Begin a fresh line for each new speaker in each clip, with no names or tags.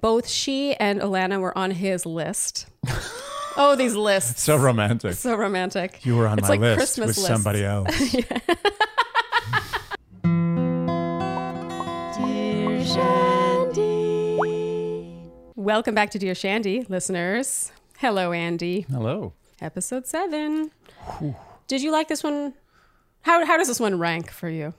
both she and Alana were on his list. oh, these lists.
So romantic.
So romantic.
You were on
It's
my
like
list
Christmas
with
lists.
somebody else.
Welcome back to Dear Shandy, listeners. Hello, Andy.
Hello.
Episode seven. Did you like this one? How, how does this one rank for you?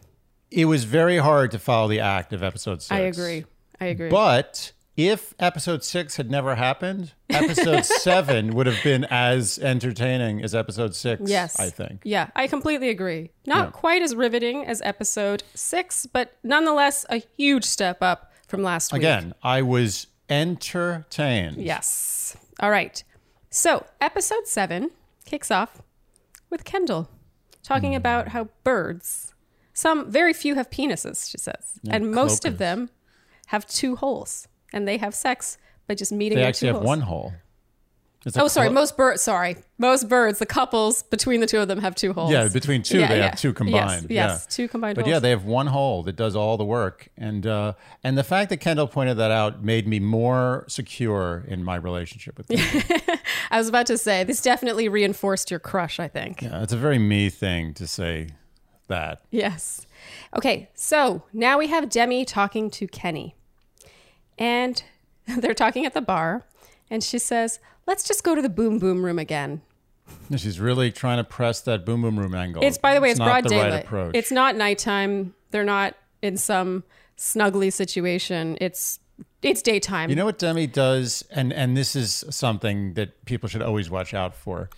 It was very hard to follow the act of episode six.
I agree. I agree.
But if episode six had never happened, episode seven would have been as entertaining as episode six.
yes.
I think.
Yeah, I completely agree. Not quite as riveting as episode six, but nonetheless a huge step up from last week.
Again, I was entertained.
Yes. All right. So, episode seven kicks off with Kendall talking
Hmm.
about how birds, some very few have penises, she says, and, most of
cloacas.
them have two holes and they have sex by just meeting
They
their
actually
two
have
holes.
one hole. It's a
Oh, sorry.
clo-
Most birds, sorry. Most birds, the couples between the two of them have two holes.
yeah, between two,
Yeah,
they
yeah.
have two
Yes,
combined.
yes,
yeah.
two combined
But
holes.
yeah, they have one hole that does all the work, and uh, and the fact that Kendall pointed that out made me more secure in my relationship with them.
I was about to say, this definitely reinforced your crush, I think.
Yeah, it's a very me thing to say that.
Yes. Okay, so now we have Demi talking to Kenny. And they're talking at the bar, and she says, Let's just go to the boom boom room again.
She's really trying to press that boom boom room angle.
It's by the way, it's,
not
broad
the
daylight.
Right approach.
It's not nighttime. They're not in some snuggly situation. It's it's daytime.
you know what Demi does, and and this is something that people should always watch out for.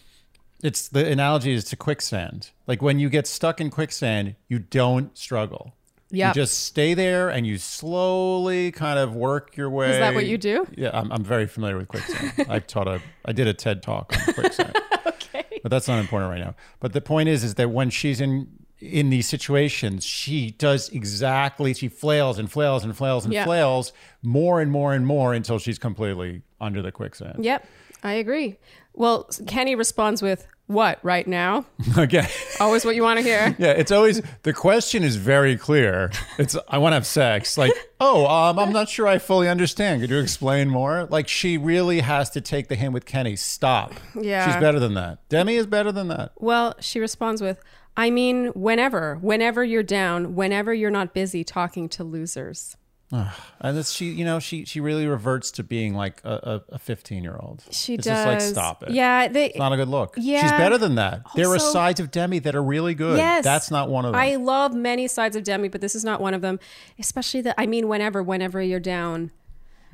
It's the analogy is to quicksand. Like when you get stuck in quicksand, you don't struggle.
Yep.
You just stay there and you slowly kind of work your way.
that what you do?
Yeah, I'm, I'm very familiar with quicksand. I taught a, I did a TED talk on quicksand. okay. But that's not important right now. But the point is, is that when she's in in these situations, she does exactly. She flails and flails and flails and
Yeah.
flails more and more and more until she's completely under the quicksand.
Yep, I agree. Well, Kenny responds with, What, right now?
Again.
Always what you want to hear.
Yeah, it's always the question is very clear. It's I want to have sex. Like, oh, um, I'm not sure I fully understand. Could you explain more? Like, she really has to take the hint with Kenny. Stop.
Yeah.
she's better than that. Demi is better than that.
Well, she responds with, I mean, whenever, whenever you're down, whenever you're not busy talking to losers.
And it's, she, you know, she she really reverts to being like a a 15 year old.
She
it's
does.
just like stop it.
Yeah. They,
It's not a good look. She's
Yeah.
better than that. there are
Also-
sides of Demi that are really good.
Yes.
That's not one of them.
I love many sides of Demi, but this is not one of them. Especially the, I mean, whenever, whenever you're down.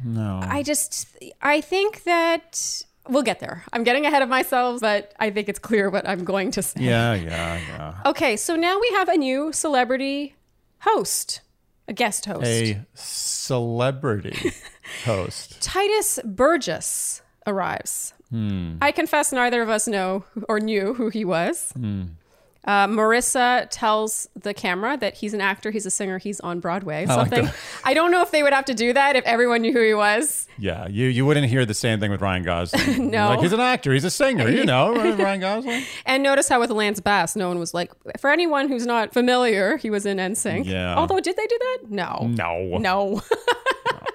no.
I just, I think that we'll get there. I'm getting ahead of myself, but I think it's clear what I'm going to say.
yeah, yeah, yeah.
Okay. So now we have a new celebrity host, a guest host.
A celebrity host.
Titus Burgess arrives. I confess neither of us know or knew who he was. Uh, Marissa tells the camera that he's an actor, he's a singer, he's on Broadway. Something. I don't know if they would have to do that if everyone knew who he was.
Yeah, you you wouldn't hear the same thing with Ryan Gosling.
No.
like he's an actor, he's a singer, you know, Ryan Gosling.
And notice how with Lance Bass, no one was like, for anyone who's not familiar, he was in NSYNC.
Yeah.
Although, did they do that? No.
No,
No.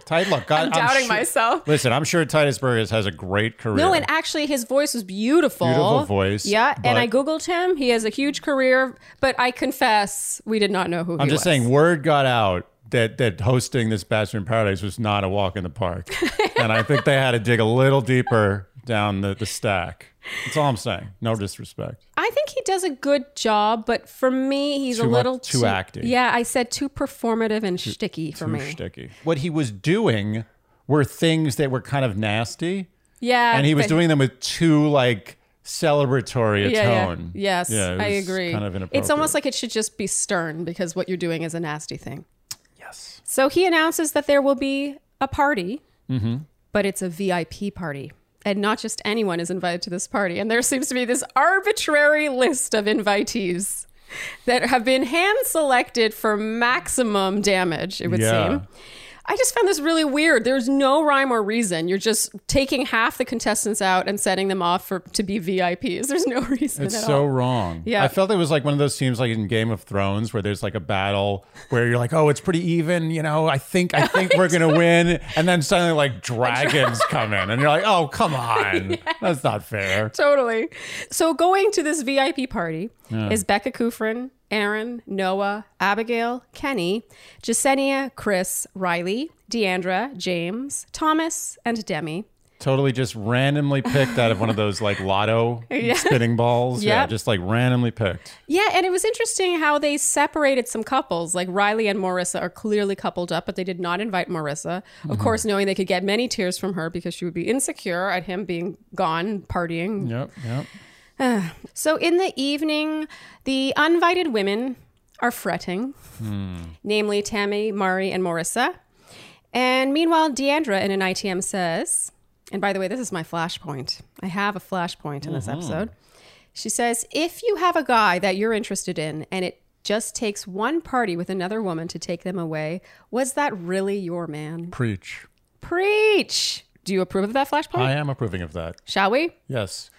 Ty, look, I,
I'm doubting
sure-
myself.
Listen, I'm sure Titus Burgess has a great career.
No, and actually, his voice was beautiful.
Beautiful voice,
Yeah,
but-
and I googled him. He has a huge career, but I confess we did not know who.
I'm just saying, word got out that that hosting this Bachelor in Paradise was not a walk in the park, and I think they had to dig a little deeper down the, the stack. That's all I'm saying. No disrespect.
I think he does a good job, but for me, he's a
Too mu-
little
too acting.
Yeah, I said too performative and shticky for
Too
me.
shticky. What he was doing were things that were kind of nasty,
Yeah,
and he was
but-
doing them with too like celebratory a
Yeah, yeah.
tone.
Yes,
Yeah, it
I
was
agree.
Kind of inappropriate.
it's almost like it should just be stern because what you're doing is a nasty thing.
yes.
So he announces that there will be a party,
Mm-hmm.
but it's a VIP party. And not just anyone is invited to this party. And there seems to be this arbitrary list of invitees that have been hand selected for maximum damage, it would
Yeah.
seem. I just found this really weird. There's no rhyme or reason. You're just taking half the contestants out and setting them off for to be VIPs. There's no reason
It's
at
so
all.
wrong.
Yeah.
I felt it was like one of those teams like in Game of Thrones where there's like a battle where you're like, oh, it's pretty even, you know, I think I think we're gonna win. And then suddenly like dragons come in and you're like, oh come on. That's not fair.
Totally. So going to this VIP party is Becca Kufrin, Aaron, Noah, Abigail, Kenny, Jasenia, Chris, Riley, Deandra, James, Thomas, and Demi.
Totally just randomly picked out of one of those like lotto spinning balls. Yeah,
Yep.
just like randomly picked.
Yeah, and it was interesting how they separated some couples. Like Riley and Marissa are clearly coupled up, but they did not invite Marissa. Of course, knowing they could get many tears from her because she would be insecure at him being gone partying.
Yep, yep.
So in the evening, the uninvited women are fretting, namely Tammy, Mari, and Marissa. And meanwhile, Deandra in an ITM says, and by the way, this is my flashpoint. I have a flashpoint in this episode. She says, if you have a guy that you're interested in and it just takes one party with another woman to take them away, was that really your man?
Preach.
Preach! Do you approve of that flashpoint?
I am approving of that.
Shall we?
Yes.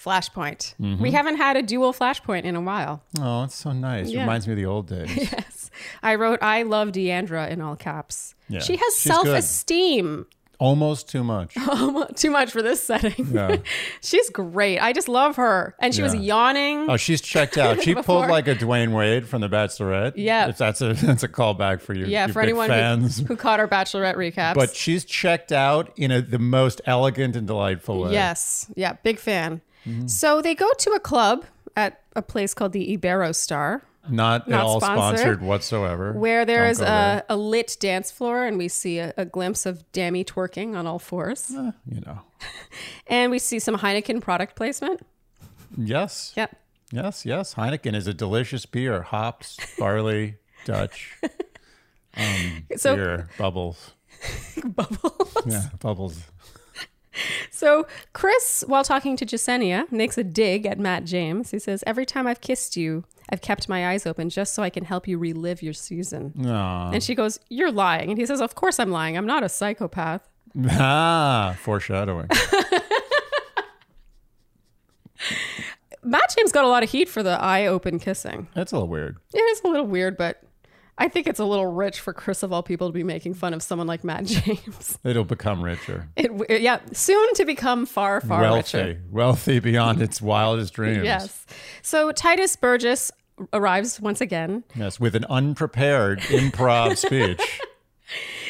Flashpoint. We haven't had a dual flashpoint in a while.
Oh, it's so nice. Reminds me of the old days.
Yes. I wrote, I love Deandra in all caps.
Yeah,
She has
she's
self esteem.
Almost too much.
um, Too much for this setting.
Yeah.
she's great. I just love her. And she was
Yeah.
yawning.
Oh, she's checked out. She
Before.
pulled like a Dwayne Wade from The Bachelorette.
Yeah.
if that's a that's a callback for you.
yeah,
you
for
big
anyone
fans.
who, who caught our Bachelorette recaps.
But she's checked out in a, the most elegant and delightful way.
yes. Yeah, big fan.
Mm-hmm.
So they go to a club at a place called the Ibero Star.
not, at
Not
all
sponsored.
sponsored, whatsoever.
Where there
Don't
is
go there.
a, a lit dance floor, and we see a, a glimpse of Dami twerking on all fours.
Uh, you know,
And we see some Heineken product placement.
yes,
Yep.
yes, yes. Heineken is a delicious beer. Hops, barley, Dutch. Um,
So-
beer bubbles.
Bubble.
Yeah, bubbles.
So Chris, while talking to Jasenia, makes a dig at Matt James. He says, "Every time I've kissed you, I've kept my eyes open just so I can help you relive your season."
Aw.
And she goes, "You're lying." And he says, "Of course I'm lying. I'm not a psychopath."
Ah, foreshadowing.
Matt James got a lot of heat for the eye open kissing.
That's a little weird.
It is a little weird, but I think it's a little rich for Chris of all people to be making fun of someone like Matt James.
It'll become richer,
It, yeah, soon to become far, far
wealthy,
richer.
wealthy beyond its wildest dreams.
Yes. So Titus Burgess arrives once again.
Yes, with an unprepared improv speech.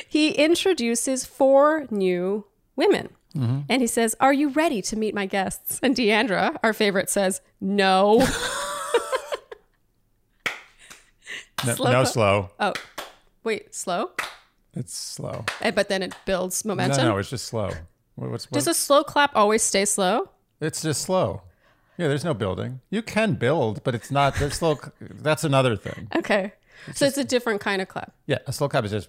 he introduces four new women.
Mm-hmm.
And he says, Are you ready to meet my guests? And Deandra, our favorite, says, No. Slow
No slow.
po-
No slow.
oh, wait, slow.
It's slow.
And- But then it builds
No,
momentum.
no, it's just slow. What, what's what?
Does a slow clap always stay slow?
it's just slow. Yeah, there's no building. You can build, but it's not. There's slow. That's another thing.
Okay. so it's a different kind of clap.
Yeah, a slow clap is just.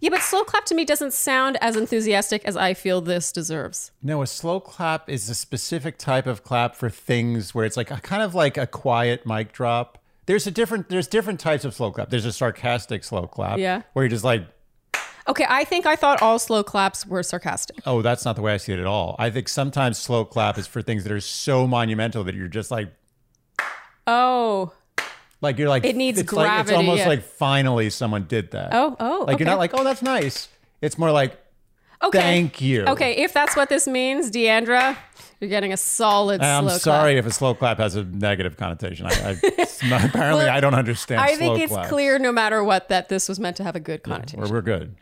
Yeah, but slow clap to me doesn't sound as enthusiastic as I feel this deserves.
No, a slow clap is a specific type of clap for things where it's like a kind of like a quiet mic drop. There's a different. There's different types of slow clap. There's a sarcastic slow clap.
Yeah.
Where you're just like,
Okay, I think I thought all slow claps were sarcastic.
oh, that's not the way I see it at all. I think sometimes slow clap is for things that are so monumental that you're just like,
Oh,
Like you're like
It needs
it's Like,
gravity,
it's almost
yeah.
like finally someone did that.
oh, oh.
like
okay.
you're not like oh that's nice. It's more like
okay.
thank you.
Okay, if that's what this means, Deandra, you're getting a solid
And I'm
slow
sorry if a slow clap has a negative connotation. I, I, it's not- apparently, I don't understand.
clap. I think
slow
it's
claps.
clear no matter what that this was meant to have a good connotation.
We're, we're good.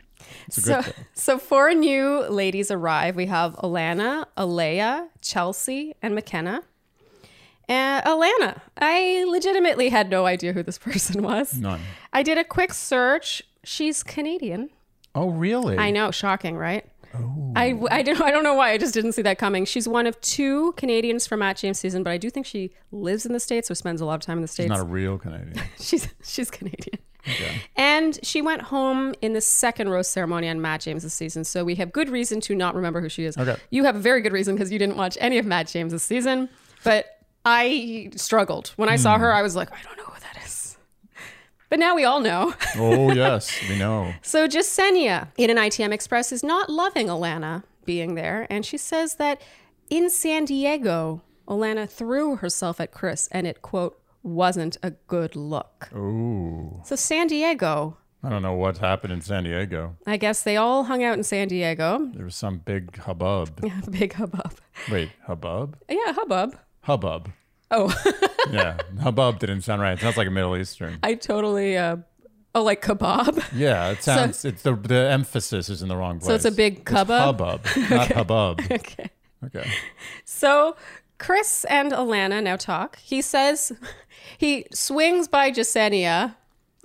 It's a good
so,
thing.
so four new ladies arrive. We have Alana, Alea, Chelsea, and McKenna. Uh, Alana, I legitimately had no idea who this person was.
None.
I did a quick search. She's Canadian.
Oh really?
I know, shocking, right? Oh. I, I, don't, I don't know why. I just didn't see that coming. She's one of two Canadians from Matt James season, but I do think she lives in the States or spends a lot of time in the States.
Not a real Canadian.
she's, she's Canadian. And she went home in the second roast ceremony on Matt James this season. So we have good reason to not remember who she is.
Okay.
You have very good reason because you didn't watch any of Matt James this season. But I struggled. When I saw her, I was like, I don't know who that is. But But now we all know.
Oh, yes, we know.
So Jasenia in an ITM Express is not loving Alana being there, and she says that in San Diego, Alana threw herself at Chris and it quote wasn't a good look.
Ooh.
So San Diego,
I don't know what happened in San Diego.
I guess they all hung out in San Diego.
There was some big hubbub.
Big hubbub.
Wait, hubbub?
Yeah, hubbub.
Hubbub.
Oh,
Yeah, hubbub didn't sound right. It sounds like a Middle Eastern.
I totally uh oh like kebab.
Yeah, it sounds. it's the the emphasis is in the wrong place.
So it's a big hubbub.
hubbub, not hubbub.
Okay.
Okay.
So Chris and Alana now talk. He says he swings by Jasenia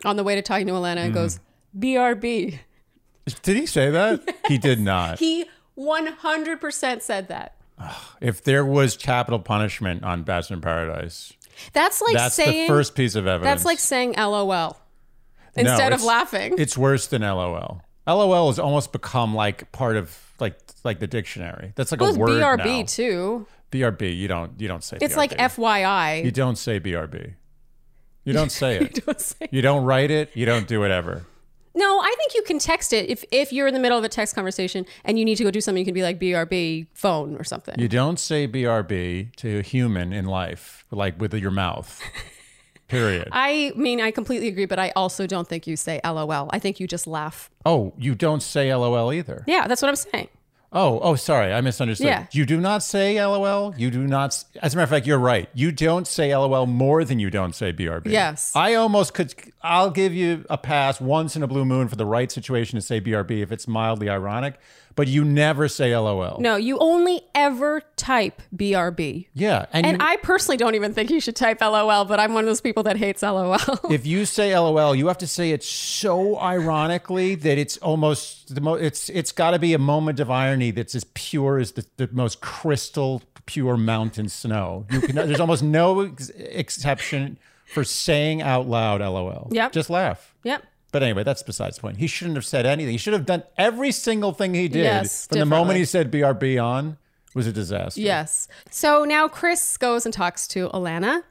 on the way to talking to Alana
Mm-hmm.
and goes, BRB.
Did he say that? He did not.
He 100% said that.
If there was capital punishment on Bachelor in Paradise,
That's like
that's
saying
the first piece of evidence.
that's like saying LOL instead of
it's-
laughing.
It's worse than LOL. LOL has almost become like part of like like the dictionary. That's like
It was
a word
BRB
now.
too.
BRB. You don't you don't say.
It's
BRB.
like FYI.
You don't say BRB. You don't say it.
Don't say-
you don't write it. You don't do whatever.
No, I think you can text it if if you're in the middle of a text conversation and you need to go do something. You can be like BRB phone or something.
You don't say BRB to a human in life, like with your mouth. Period.
I mean, I completely agree, but I also don't think you say LOL. I think you just laugh.
oh, you don't say LOL either.
Yeah, that's what I'm saying.
Oh, oh, sorry, I misunderstood.
Yeah.
You do not say LOL. You do not. s- As a matter of fact, you're right. You don't say LOL more than you don't say BRB.
Yes.
I almost could. I'll give you a pass once in a blue moon for the right situation to say BRB if it's mildly ironic, but you never say LOL.
No, you only ever type BRB.
Yeah, and,
And
you-
I personally don't even think you should type LOL, but I'm one of those people that hates LOL.
if you say LOL, you have to say it so ironically that it's almost the most. It's it's got to be a moment of irony that's as pure as the, the most crystal pure mountain snow. You can there's almost no ex- exception for saying out loud LOL.
Yep.
just laugh.
yep.
But anyway, that's besides the point. He shouldn't have said anything. He should have done every single thing he did
Yes,
from the moment
differently.
he said BRB on was a disaster.
Yes. So now Chris goes and talks to Alana,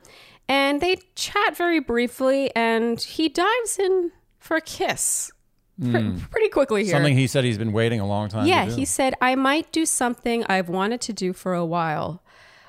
and they chat very briefly, and he dives in for a kiss Pre- pretty quickly here.
Hmm. Something he said he's been waiting a long time.
yeah,
to do.
he said, I might do something I've wanted to do for a while.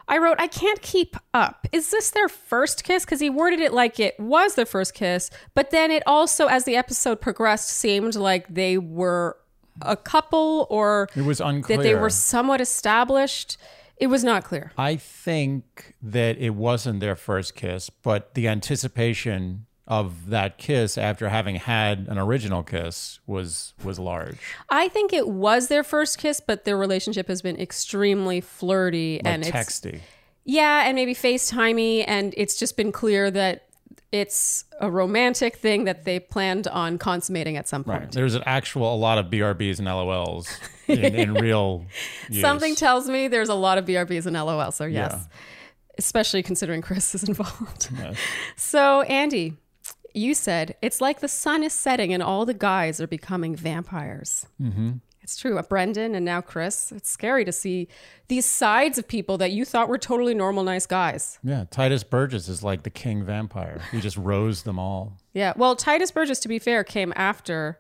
I wrote, I can't keep up. Is this their first kiss? Because he worded it like it was their first kiss, but then it also, as the episode progressed, seemed like they were a couple or
it was unclear
that they were somewhat established. It was not clear.
I think that it wasn't their first kiss, but the anticipation of that kiss after having had an original kiss was was large.
I think it was their first kiss, but their relationship has been extremely flirty and it's
Texty.
yeah, and maybe FaceTimey, and it's just been clear that it's a romantic thing that they planned on consummating at some point.
There's an actual a lot of BRBs and LOLs in, in real use.
Something tells me there's a lot of BRBs and LOL, so yes. Especially considering Chris is involved. So, Andy, you said it's like the sun is setting and all the guys are becoming vampires. Mm-hmm. It's true. Uh, Brendan and now Chris. It's scary to see these sides of people that you thought were totally normal, nice guys.
yeah, Titus Burgess is like the king vampire. He just rose them all.
Yeah. Well, Titus Burgess, to be fair, came after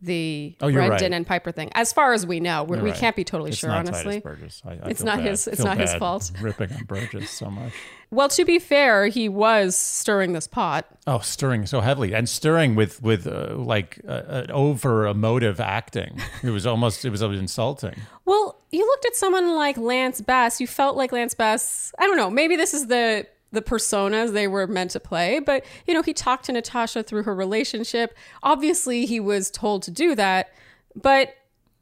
the
Oh, you're
Brendan
right.
and Piper thing. As far as we know, we, we
right.
can't be totally
It's
sure,
not
honestly.
Titus Burgess. I, I
It's
feel
not
bad.
his- it's
Feel
not his
bad
fault.
Ripping on Burgess so much.
Well, to be fair, he was stirring this pot.
Oh, stirring so heavily and stirring with with uh, like uh, an over emotive acting. It was almost it was insulting.
Well, you looked at someone like Lance Bass, you felt like Lance Bass. I don't know, maybe this is the the personas they were meant to play, but you know, he talked to Natasha through her relationship. Obviously, he was told to do that, but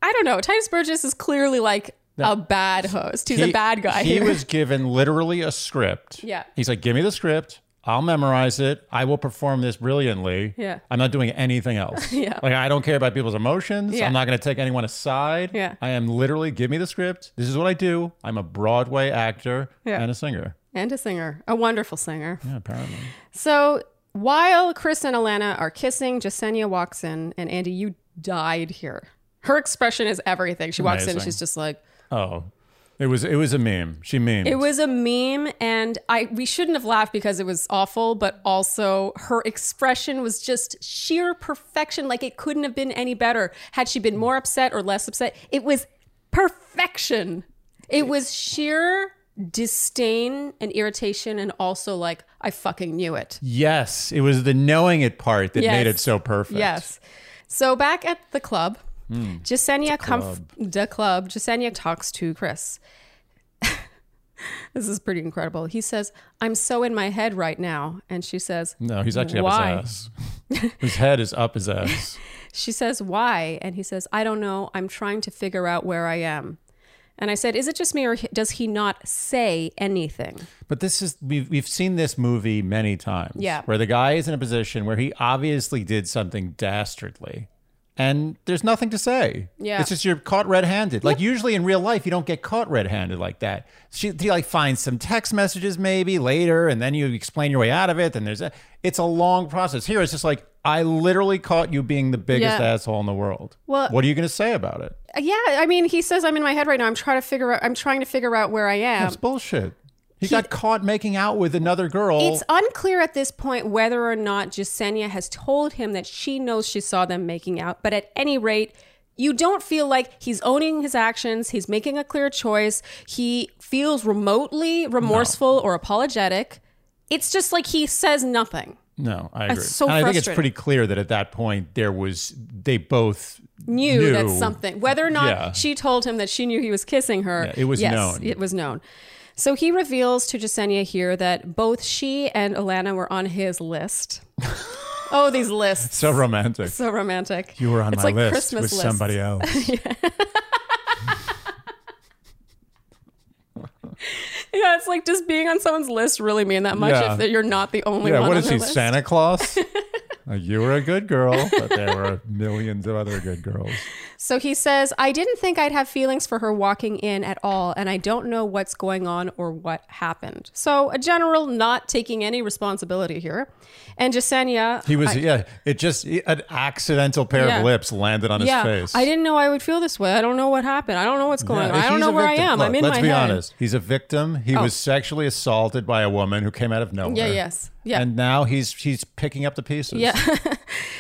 I don't know. Titus Burgess is clearly like a bad host. He's a
He-
bad guy.
He
here.
was given literally a script.
Yeah.
He's like, give me the script. I'll memorize it. I will perform this brilliantly.
Yeah.
I'm not doing anything else.
Yeah.
Like I don't care about people's emotions.
Yeah.
I'm not going to take anyone aside.
Yeah.
I am literally give me the script. This is what I do. I'm a Broadway actor
Yeah.
and a singer.
and a singer, a wonderful singer.
Yeah, apparently.
So while Chris and Alana are kissing, Jasenia walks in, and Andy, you died here. Her expression is everything. She walks in and
Amazing.
she's just like,
Oh. It was it was a meme. She memed.
It was a meme, and I we shouldn't have laughed because it was awful, but also her expression was just sheer perfection. Like it couldn't have been any better. Had she been more upset or less upset, it was perfection. It was sheer disdain and irritation, and also like I fucking knew it.
yes, it was the knowing it part that made
Yes.
it so perfect.
Yes. So back at the club, Jasenia comes Hmm. the club. Jasenia talks to Chris. this is pretty incredible. He says, "I'm so in my head right now," and she says,
No, he's actually
Why?
up his ass. his head is up his ass.
She says, Why? And he says, I don't know. I'm trying to figure out where I am. And I said, Is it just me or he- does he not say anything?
But this is we've we've seen this movie many times.
Yeah.
Where the guy is in a position where he obviously did something dastardly. And there's nothing to say.
Yeah.
It's just you're caught red-handed. Like usually in real life, you don't get caught red-handed like that. She he like finds some text messages maybe later, and then you explain your way out of it. And there's a it's a long process. Here it's just like I literally caught you being the biggest
Yeah.
asshole in the world.
Well-
what are you going to say about it?
Uh, Yeah, I mean, he says, I'm in my head right now. I'm trying to figure out, I'm trying to figure out where I am.
That's bullshit. He, got caught making out with another girl.
It's unclear at this point whether or not Jasenia has told him that she knows she saw them making out, but at any rate, you don't feel like he's owning his actions, he's making a clear choice, he feels remotely remorseful or apologetic. It's just like he says nothing.
No, I agree.
so
and I think it's
frustrating.
pretty clear that at that point there was they both
knew,
knew
that something whether or not
Yeah.
she told him that she knew he was kissing her
Yeah, it was
yes,
known.
it was known so he reveals to Jasenia here that both she and Alana were on his list oh these lists
So romantic.
so romantic
You were on
it's
my
like
list
Christmas
with
lists.
somebody else.
yeah it's like does being on someone's list really mean that much
Yeah.
if that you're not the only
yeah,
one
what
on
is
their
he,
list?
Santa Claus? Uh, you were a good girl, but there were millions of other good girls.
So he says, I didn't think I'd have feelings for her walking in at all, and I don't know what's going on or what happened. So a general not taking any responsibility here. And Jasenia,
He was, yeah, it just, an accidental pair
Yeah.
of lips landed on
yeah,
his face.
I didn't know I would feel this way. I don't know what happened. I don't know what's going
Yeah,
on. I don't
he's
know
a
where
victim.
I am.
Look,
I'm in
Let's
my
be
head. Oh.
honest. He's a victim. He was sexually assaulted by a woman who came out of nowhere.
Yeah, yes. Yeah.
And now he's he's picking up the pieces.
Yeah.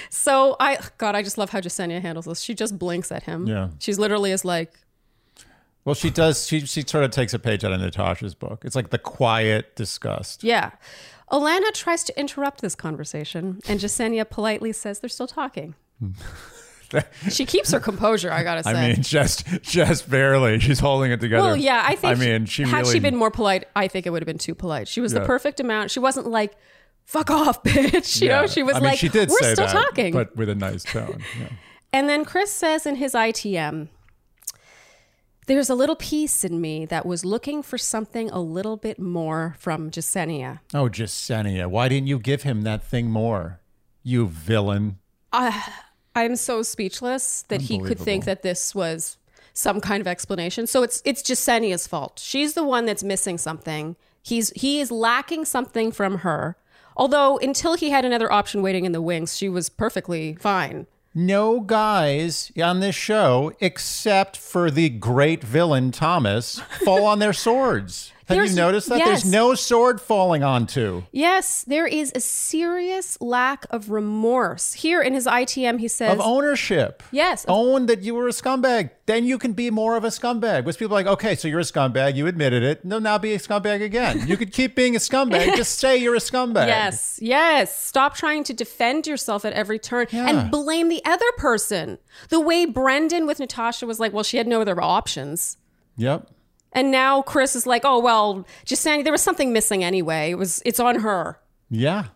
So I, God, I just love how Jasenia handles this. She just blinks at him.
Yeah.
She's literally is like,
Well, she does. She she sort of takes a page out of Natasha's book. It's like the quiet disgust.
Yeah. Alana tries to interrupt this conversation, and Jasenia politely says they're still talking. she keeps her composure, I gotta say.
I mean, just just barely. She's holding it together.
well, yeah, I think.
I mean, she
had
really.
she been more polite, I think it would have been too polite. She was the
Yeah.
perfect amount. She wasn't like, "Fuck off, bitch." You know,
yeah.
she was
I mean,
like,
she did
"We're
say
still
that,
talking."
but with a nice tone. Yeah.
And then Chris says in his ITM, there's a little piece in me that was looking for something a little bit more from Jasenia.
Oh, Jasenia, why didn't you give him that thing more? You villain.
I'm so speechless that he could think that this was some kind of explanation. So it's it's Jasenia's fault. She's the one that's missing something. He's he is lacking something from her. Although until he had another option waiting in the wings, she was perfectly fine.
No guys on this show, except for the great villain Thomas, fall on their swords. Have
There's-
you noticed that?
yes.
There's no sword falling onto.
Yes, there is a serious lack of remorse. Here in his ITM he says
of ownership.
Yes.
Own that you were a scumbag. Then you can be more of a scumbag. Which people are like, okay, so you're a scumbag. You admitted it. No, now be a scumbag again. You could keep being a scumbag. Just say you're a scumbag.
Yes, yes. Stop trying to defend yourself at every turn
Yeah.
and blame the other person. The way Brendan with Natasha was like, well, she had no other options.
Yep.
And now Chris is like, oh well, just saying there was something missing anyway. It was it's on her.
Yeah.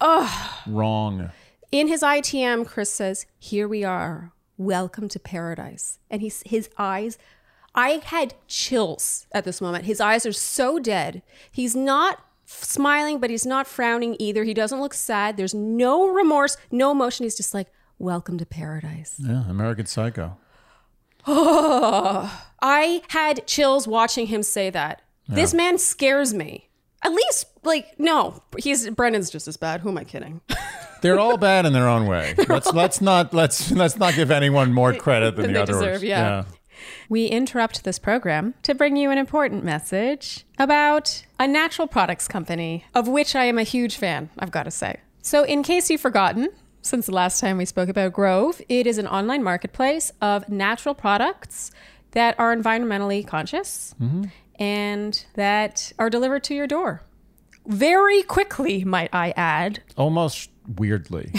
Ugh. Wrong.
In his ITM, Chris says, "Here we are. Welcome to paradise." And he's his eyes I had chills at this moment. His eyes are so dead. He's not f- smiling, but he's not frowning either. He doesn't look sad. There's no remorse, no emotion. He's just like, "Welcome to paradise."
Yeah. American Psycho.
I had chills watching him say that. This man scares me. At least, like, no, he's Brendan's just as bad. Who am I kidding?
They're all bad in their own way. let's let's not let's let's not give anyone more credit than
Than
the
they
others.
deserve, yeah. We interrupt this program to bring you an important message about a natural products company, of which I am a huge fan, I've got to say. So, in case you've forgotten, since the last time we spoke about Grove, it is an online marketplace of natural products that are environmentally conscious and that are delivered to your door. Very quickly, might I add.
Almost weirdly.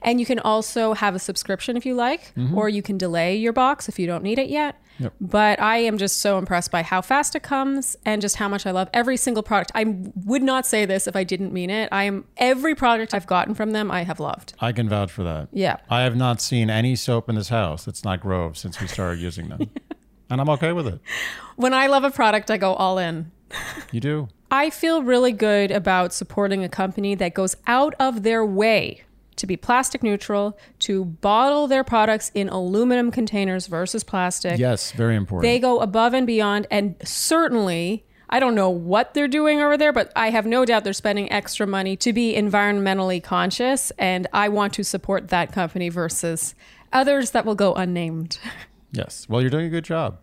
And you can also have a subscription if you like, or you can delay your box if you don't need it yet.
Yep.
But I am just so impressed by how fast it comes and just how much I love every single product. I would not say this if I didn't mean it. I am every product I've gotten from them, I have loved.
I can vouch for that.
Yeah.
I have not seen any soap in this house that's not Grove since we started using them. And I'm okay with it.
When I love a product, I go all in.
You do.
I feel really good about supporting a company that goes out of their way to be plastic neutral, to bottle their products in aluminum containers versus plastic.
Yes, very important.
They go above and beyond, and certainly, I don't know what they're doing over there, but I have no doubt they're spending extra money to be environmentally conscious, and I want to support that company versus others that will go unnamed.
yes. Well, you're doing a good job.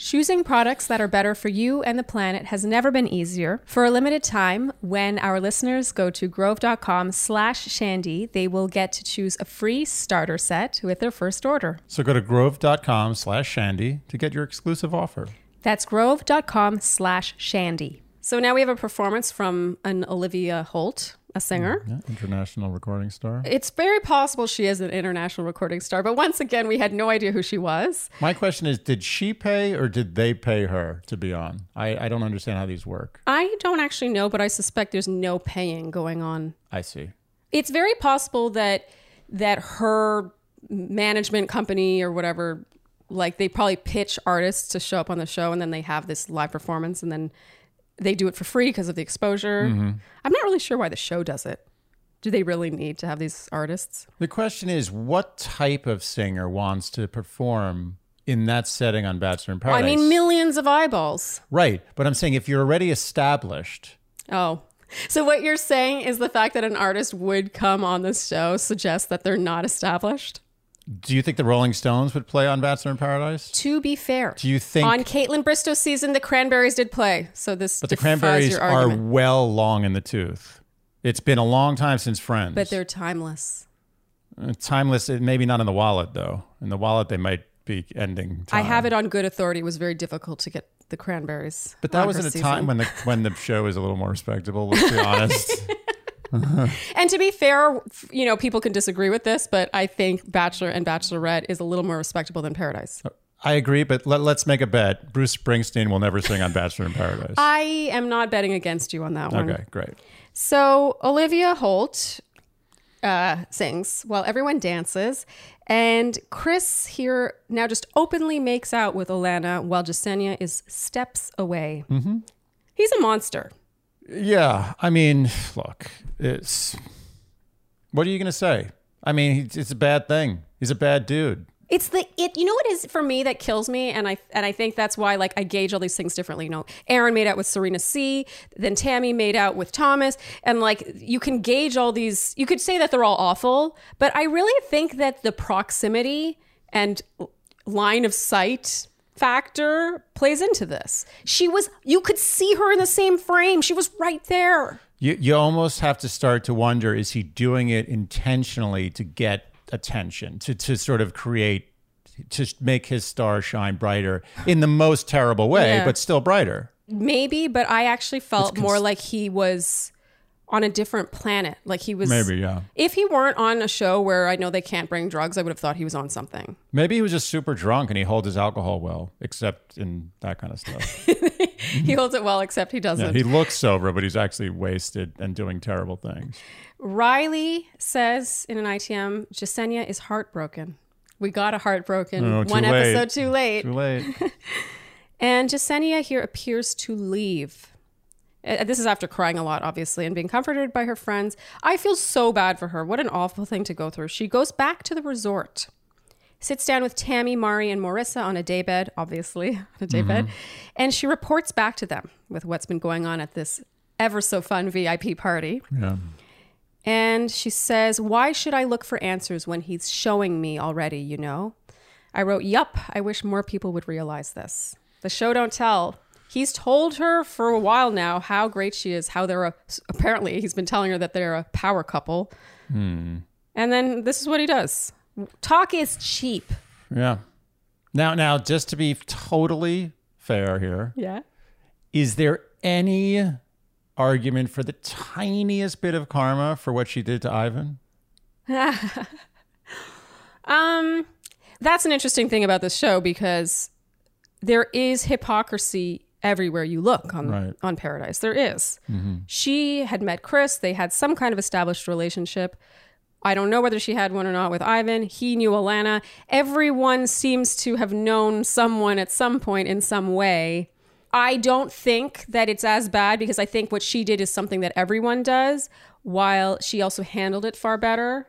Choosing products that are better for you and the planet has never been easier. For a limited time, when our listeners go to grove.com slash shandy, they will get to choose a free starter set with their first order.
So go to grove.com slash shandy to get your exclusive offer.
That's grove.com slash shandy. So now we have a performance from an Olivia Holt, a singer.
Yeah, international recording star.
It's very possible she is an international recording star, but once again, we had no idea who she was.
My question is did she pay or did they pay her to be on? I, I don't understand how these work.
I don't actually know, but I suspect there's no paying going on
I see.
it's very possible that that her management company or whatever like they probably pitch artists to show up on the show and then they have this live performance and then they do it for free because of the exposure i'm not really sure why the show does it do they really need to have these artists
The question is what type of singer wants to perform in that setting on Bachelor in
i
Paradise?
mean millions of eyeballs
right. But I'm saying if you're already established,
oh so what you're saying is the fact that an artist would come on this show suggests that they're not established
do you think the Rolling Stones would play on Bachelor in Paradise?
to be fair
Do you think.
on Caitlin Bristow season, the Cranberries did play, so this
but the
defies
Cranberries
your
are
argument.
well long in the tooth. It's been a long time since Friends.
But they're timeless.
Uh, Timeless, it- maybe not in the wallet though. In the wallet, they might be ending. Time.
I have it on good authority. It was very difficult to get the Cranberries.
but that
on
was
her
at a
season.
time when the when the show was a little more respectable. Let's be honest.
And to be fair, f- you know, people can disagree with this, but I think Bachelor and Bachelorette is a little more respectable than Paradise.
I agree, but let, let's make a bet. Bruce Springsteen will never sing on Bachelor in Paradise.
I am not betting against you on that one.
okay, great.
So Olivia Holt uh, sings while everyone dances, and Chris here now just openly makes out with Olana while Jasenia is steps away. Mm-hmm. He's a monster.
Yeah, I mean, look, it's what are you gonna say? I mean, it's, it's a bad thing. He's a bad dude.
It's the it. You know what is for me that kills me, and I and I think that's why like I gauge all these things differently. You know, Aaron made out with Serena C, then Tammy made out with Thomas, and like you can gauge all these. You could say that they're all awful, but I really think that the proximity and l- line of sight factor plays into this. She was you could see her in the same frame. She was right there.
You you almost have to start to wonder: Is he doing it intentionally to get attention, to to sort of create, to make his star shine brighter in the most terrible way,
Yeah.
but still brighter?
Maybe, but I actually felt more like he was on a different planet. Like he was
Maybe, yeah.
If he weren't on a show where I know they can't bring drugs, I would have thought he was on something.
Maybe he was just super drunk and he holds his alcohol well, except in that kind of stuff.
he holds it well, except he doesn't.
he looks sober, but he's actually wasted and doing terrible things.
Riley says in an ITM, Jasenia is heartbroken. We got a heartbroken
Oh, too
one
late.
episode too late.
Too late.
And Jasenia here appears to leave. Uh, This is after crying a lot, obviously, and being comforted by her friends. I feel so bad for her. What an awful thing to go through. She goes back to the resort, sits down with Tammy, Mari, and Marissa on a daybed, obviously, on a daybed, and she reports back to them with what's been going on at this ever so fun VIP party.
Yeah.
And she says, Why should I look for answers when he's showing me already, you know? I wrote, Yup, I wish more people would realize this. The show don't tell. He's told her for a while now how great she is, how they're a, apparently, he's been telling her that they're a power couple. And then this is what he does talk is cheap.
Yeah. Now, now, just to be totally fair here,
Yeah.
is there any argument for the tiniest bit of karma for what she did to Ivan?
Um, that's an interesting thing about this show because there is hypocrisy everywhere you look on
Right. Mm-hmm.
on Paradise. There is. She had met Chris. They had some kind of established relationship. I don't know whether she had one or not with Ivan. He knew Alana. Everyone seems to have known someone at some point in some way. I don't think that it's as bad because I think what she did is something that everyone does, while she also handled it far better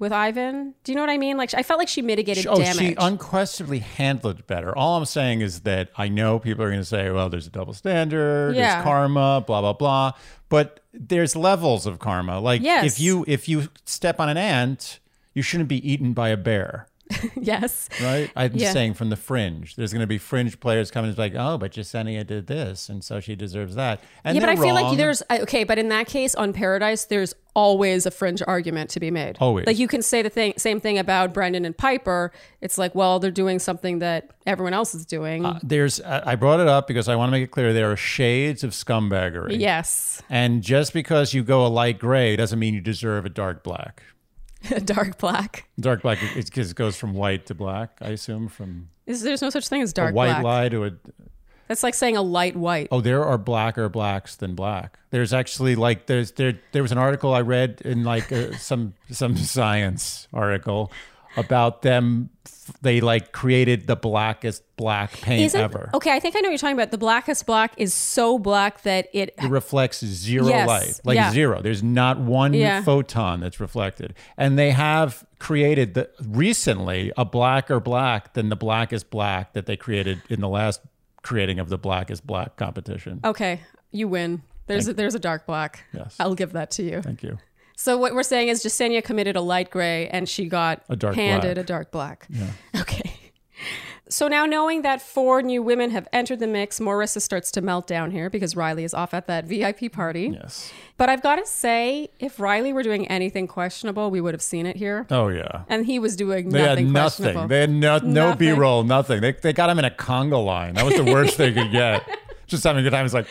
with Ivan. Do you know what I mean? Like I felt like she mitigated
Oh,
damage.
she unquestionably handled it better. All I'm saying is that I know people are going to say, well, there's a double standard,
Yeah.
there's karma, blah blah blah, but there's levels of karma. Like
Yes.
if you if you step on an ant, you shouldn't be eaten by a bear.
yes.
Right, I'm
Yeah.
saying from the fringe. There's going to be fringe players coming and be like, "Oh, but Yesenia did this, and so she deserves that." And
yeah, but I
they're
feel
wrong.
like there's I- okay, but in that case on Paradise, there's always a fringe argument to be made.
Always.
like you can say the thing, same thing about Brendan and Piper. It's like, well, they're doing something that everyone else is doing.
there's I I brought it up because I want to make it clear there are shades of scumbaggery.
yes,
And just because you go a light gray doesn't mean you deserve a dark black.
dark black.
Dark black it, it goes from white to black, I assume from
Is, there's no such thing as
a
dark
white
black.
lie to a
That's like saying a light white.
Oh, there are blacker blacks than black. There's actually like there's there there was an article I read in like uh, some some science article about them they like created the blackest black paint
Isn't-
ever.
Okay, I think I know what you're talking about. The blackest black is so black that it
it reflects zero
Yes,
light, like
yeah.
zero. There's not one
Yeah.
photon that's reflected. And they have created the, recently a blacker black than the blackest black that they created in the last creating of the blackest black competition.
Okay, you win. There's a, there's a dark black.
Yes.
I'll give that to you.
Thank you.
So what we're saying is Jasenia committed a light gray and she got
A dark
handed
black.
a dark black. Okay. So now knowing that four new women have entered the mix, Marissa starts to melt down here because Riley is off at that VIP party.
Yes.
But I've got to say, if Riley were doing anything questionable, we would have seen it here.
Oh yeah.
And he was doing
They
nothing,
had
questionable.
nothing. They had no, no
Nothing.
B roll, nothing. They, they got him in a conga line. That was the worst they could get. Just having a good time. It's like,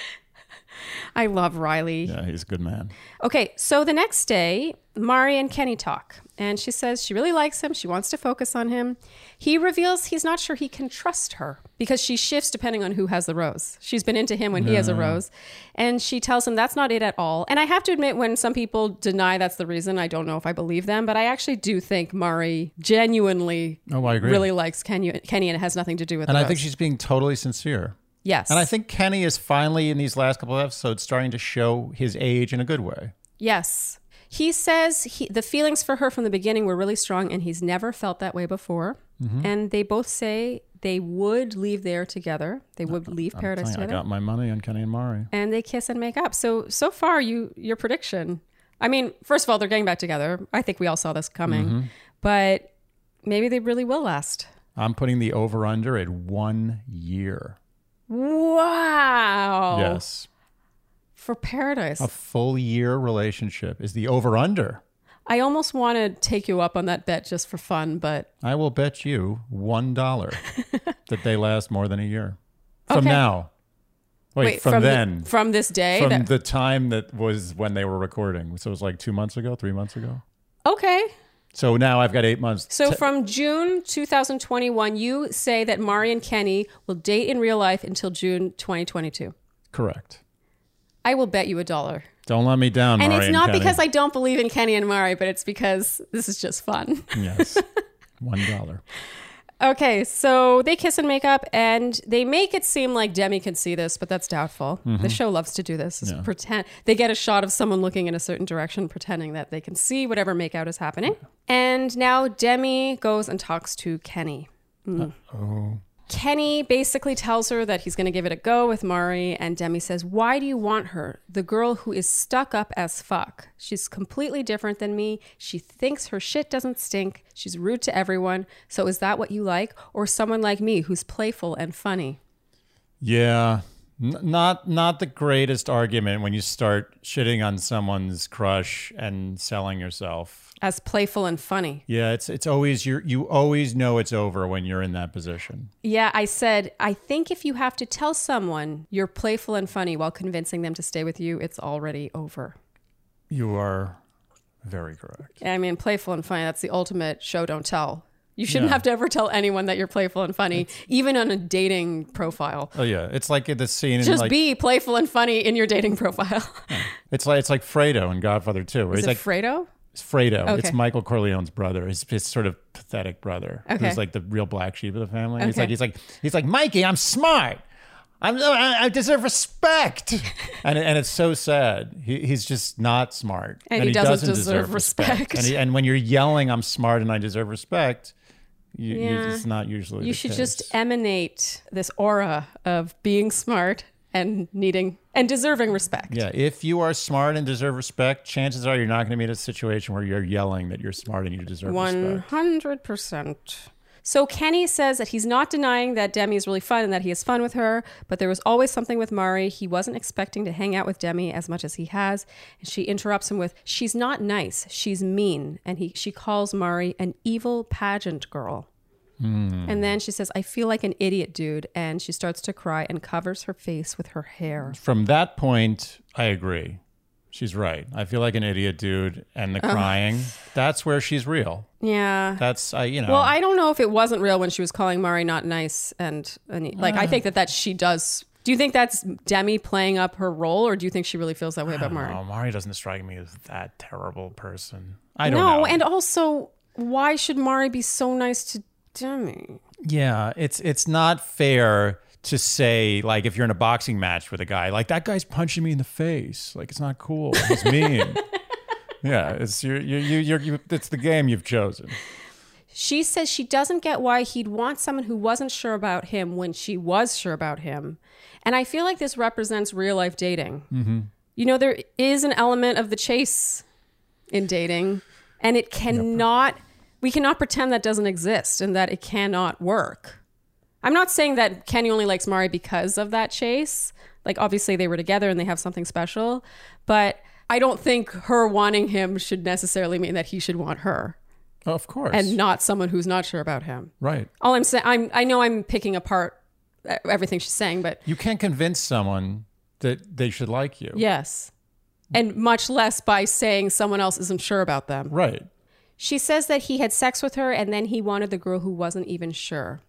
I love Riley.
yeah, he's a good man.
Okay, so the next day, Mari and Kenny talk, and she says she really likes him. She wants to focus on him. He reveals he's not sure he can trust her because she shifts depending on who has the rose. She's been into him when he has a rose, and she tells him that's not it at all. And I have to admit, when some people deny that's the reason, I don't know if I believe them, but I actually do think Mari genuinely
Oh, I agree.
really likes Kenny, Kenny, and it has nothing to do with.
And
the
I
rose.
think she's being totally sincere.
yes,
And I think Kenny is finally in these last couple of episodes starting to show his age in a good way.
Yes. He says he, the feelings for her from the beginning were really strong and he's never felt that way before.
Mm-hmm.
And they both say they would leave there together. They would leave paradise
I
together.
got my money on Kenny and Mari.
and they kiss and make up. So so far you your prediction. I mean, first of all, they're getting back together. I think we all saw this coming.
Mm-hmm.
But maybe they really will last.
I'm putting the over under at one year.
Wow.
Yes.
For paradise.
A full year relationship is the over under.
I almost want to take you up on that bet just for fun, but
I will bet you $1 that they last more than a year from
Okay.
now. Wait, from,
the-
then.
from this day
from
that-
the time that was when they were recording. So it was like two months ago, three months ago.
Okay.
So now I've got eight months.
So from June 2021, you say that Mari and Kenny will date in real life until June 2022.
Correct.
I will bet you a dollar.
Don't let me down,
And
Mari
it's not
Kenny.
because I don't believe in Kenny and Mari, but it's because this is just fun.
Yes. One dollar.
okay, so they kiss and make up, and they make it seem like Demi can see this, but that's doubtful. The show loves to do this. is pretend they get a shot of someone looking in a certain direction, pretending that they can see whatever makeout is happening. And now Demi goes and talks to Kenny.
Oh.
Kenny basically tells her that he's going to give it a go with Mari, and Demi says, Why do you want her? The girl who is stuck up as fuck. She's completely different than me. She thinks her shit doesn't stink. She's rude to everyone. So is that what you like? Or someone like me who's playful and funny?
Yeah. N- not not the greatest argument when you start shitting on someone's crush and selling yourself.
As playful and funny.
Yeah, it's it's always you you always know it's over when you're in that position.
Yeah, I said, I think if you have to tell someone you're playful and funny while convincing them to stay with you, it's already over.
You are very correct.
I mean, playful and funny, that's the ultimate show don't tell. You shouldn't
Yeah.
have to ever tell anyone that you're playful and funny, even on a dating profile.
Oh yeah, it's like the scene in
Just
like
be playful and funny in your dating profile.
it's like it's like Fredo in Godfather 2, where
Is
he's
it
like
Fredo?
It's Fredo.
Okay.
It's Michael Corleone's brother. His, his sort of pathetic brother,
Okay.
who's like the real black sheep of the family. He's
Okay.
like he's like he's like Mikey. I'm smart. I'm, I I deserve respect. and and it's so sad. He, he's just not smart,
And he doesn't deserve respect.
And, he- and when you're yelling, "I'm smart and I deserve respect," you, you-
Yeah.
it's not usually.
You
the
should
case.
just emanate this aura of being smart and needing and deserving respect.
Yeah, if you are smart and deserve respect, chances are you're not going to be in a situation where you're yelling that you're smart and you deserve respect.
100%. So Kenny says that he's not denying that Demi is really fun and that he is fun with her, but there was always something with Mari. He wasn't expecting to hang out with Demi as much as he has. And she interrupts him with, "She's not nice. She's mean." And he she calls Mari an evil pageant girl. And then she says, "I feel like an idiot, dude." And she starts to cry and covers her face with her hair.
from that point, I agree. She's right. I feel like an idiot, dude. And the
Uh-huh.
crying, that's where she's real.
Yeah.
That's, I, you know.
Well, I don't know if it wasn't real when she was calling Mari not nice, and, and like
Ah.
I think that that she does. Do you think that's Demi playing up her role, or do you think she really feels that way about Mari?
oh, Mari doesn't strike me as that terrible person. I don't
No,
know.
and also, why should Mari be so nice to Demi?
yeah, it's it's not fair to say like if you're in a boxing match with a guy, like that guy's punching me in the face. Like it's not cool. He's mean. yeah, it's you you you you're, you it's the game you've chosen.
She says she doesn't get why he'd want someone who wasn't sure about him when she was sure about him. And I feel like this represents real life dating. You know, there is an element of the chase in dating, and it cannot, we cannot pretend that doesn't exist and that it cannot work. I'm not saying that Kenny only likes Mari because of that chase. Like, obviously, they were together and they have something special, but I don't think her wanting him should necessarily mean that he should want her
Of course.
and not someone who's not sure about him.
right.
All I'm saying, I'm I know I'm picking apart uh, everything she's saying, but
You can't convince someone that they should like you.
yes, and much less by saying someone else isn't sure about them.
Right.
She says that he had sex with her and then he wanted the girl who wasn't even sure,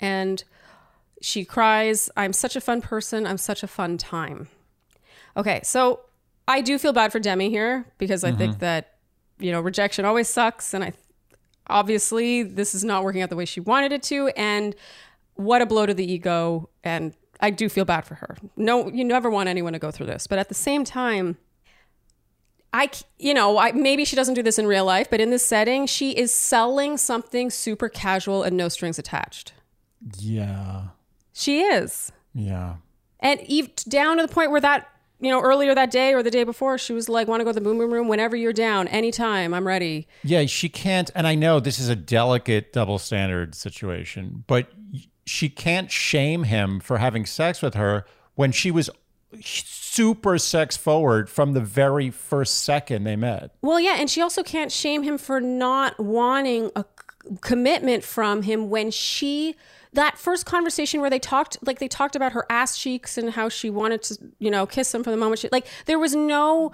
and she cries, "I'm such a fun person. I'm such a fun time." Okay, so I do feel bad for Demi here because I think that you know rejection always sucks, and I obviously this is not working out the way she wanted it to, and what a blow to the ego. And I do feel bad for her. No, you never want anyone to go through this, but at the same time. I, c- you know, I, maybe she doesn't do this in real life, but in this setting, she is selling something super casual and no strings attached.
Yeah.
She is.
Yeah.
And eve down to the point where that, you know, earlier that day or the day before, she was like, want to go to the boom boom room whenever you're down, anytime, I'm ready.
Yeah, she can't. And I know this is a delicate double standard situation, but she can't shame him for having sex with her when she was super sex forward from the very first second they met.
Well, yeah. And she also can't shame him for not wanting a c- commitment from him when she, that first conversation where they talked, like they talked about her ass cheeks and how she wanted to, you know, kiss him from the moment she, like, there was no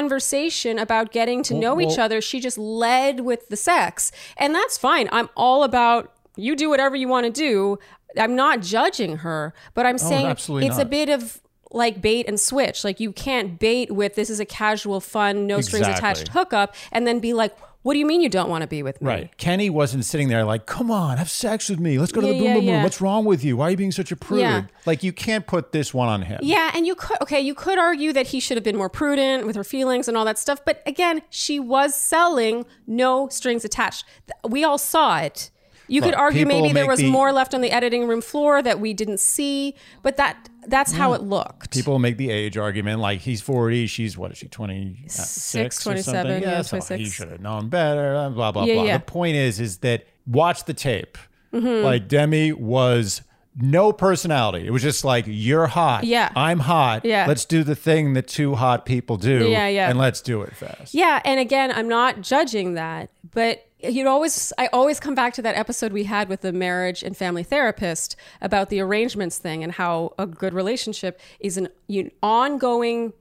conversation about getting to know each
well-
other. She just led with the sex. And that's fine. I'm all about you do whatever you want to do. I'm not judging her, but I'm saying
Oh, absolutely
it's a
not.
bit of like bait and switch. Like you can't bait with this is a casual, fun, no strings attached
Exactly.
hookup, and then be like, "What do you mean you don't want to be with me?"
Kenny wasn't sitting there like, come on, have sex with me. Let's go to
Yeah,
the boom
yeah,
boom
yeah.
room. What's wrong with you? Why are you being such a prude?
Yeah.
Like, you can't put this one on him.
Yeah, and you could okay, you could argue that he should have been more prudent with her feelings and all that stuff, but again, she was selling no strings attached. Th- We all saw it. You could
Look,
argue
people
maybe there
make
was
the-
more left on the editing room floor that we didn't see, but that that's how it looked.
People make the age argument, like he's forty, she's what is she twenty uh,
Six,
six,
27, yeah,
yeah, so
26.
he should have known better. Blah blah blah.
Yeah,
blah.
yeah. Mm-hmm.
The point is, is that watch the tape. Like Demi was no personality. It was just like you're hot.
Yeah.
I'm hot.
Yeah.
let's do the thing that two hot people do.
Yeah, yeah.
and let's do it fast.
Yeah, and again, I'm not judging that, but you'd always I always come back to that episode we had with the marriage and family therapist about the arrangements thing and how a good relationship is an, an ongoing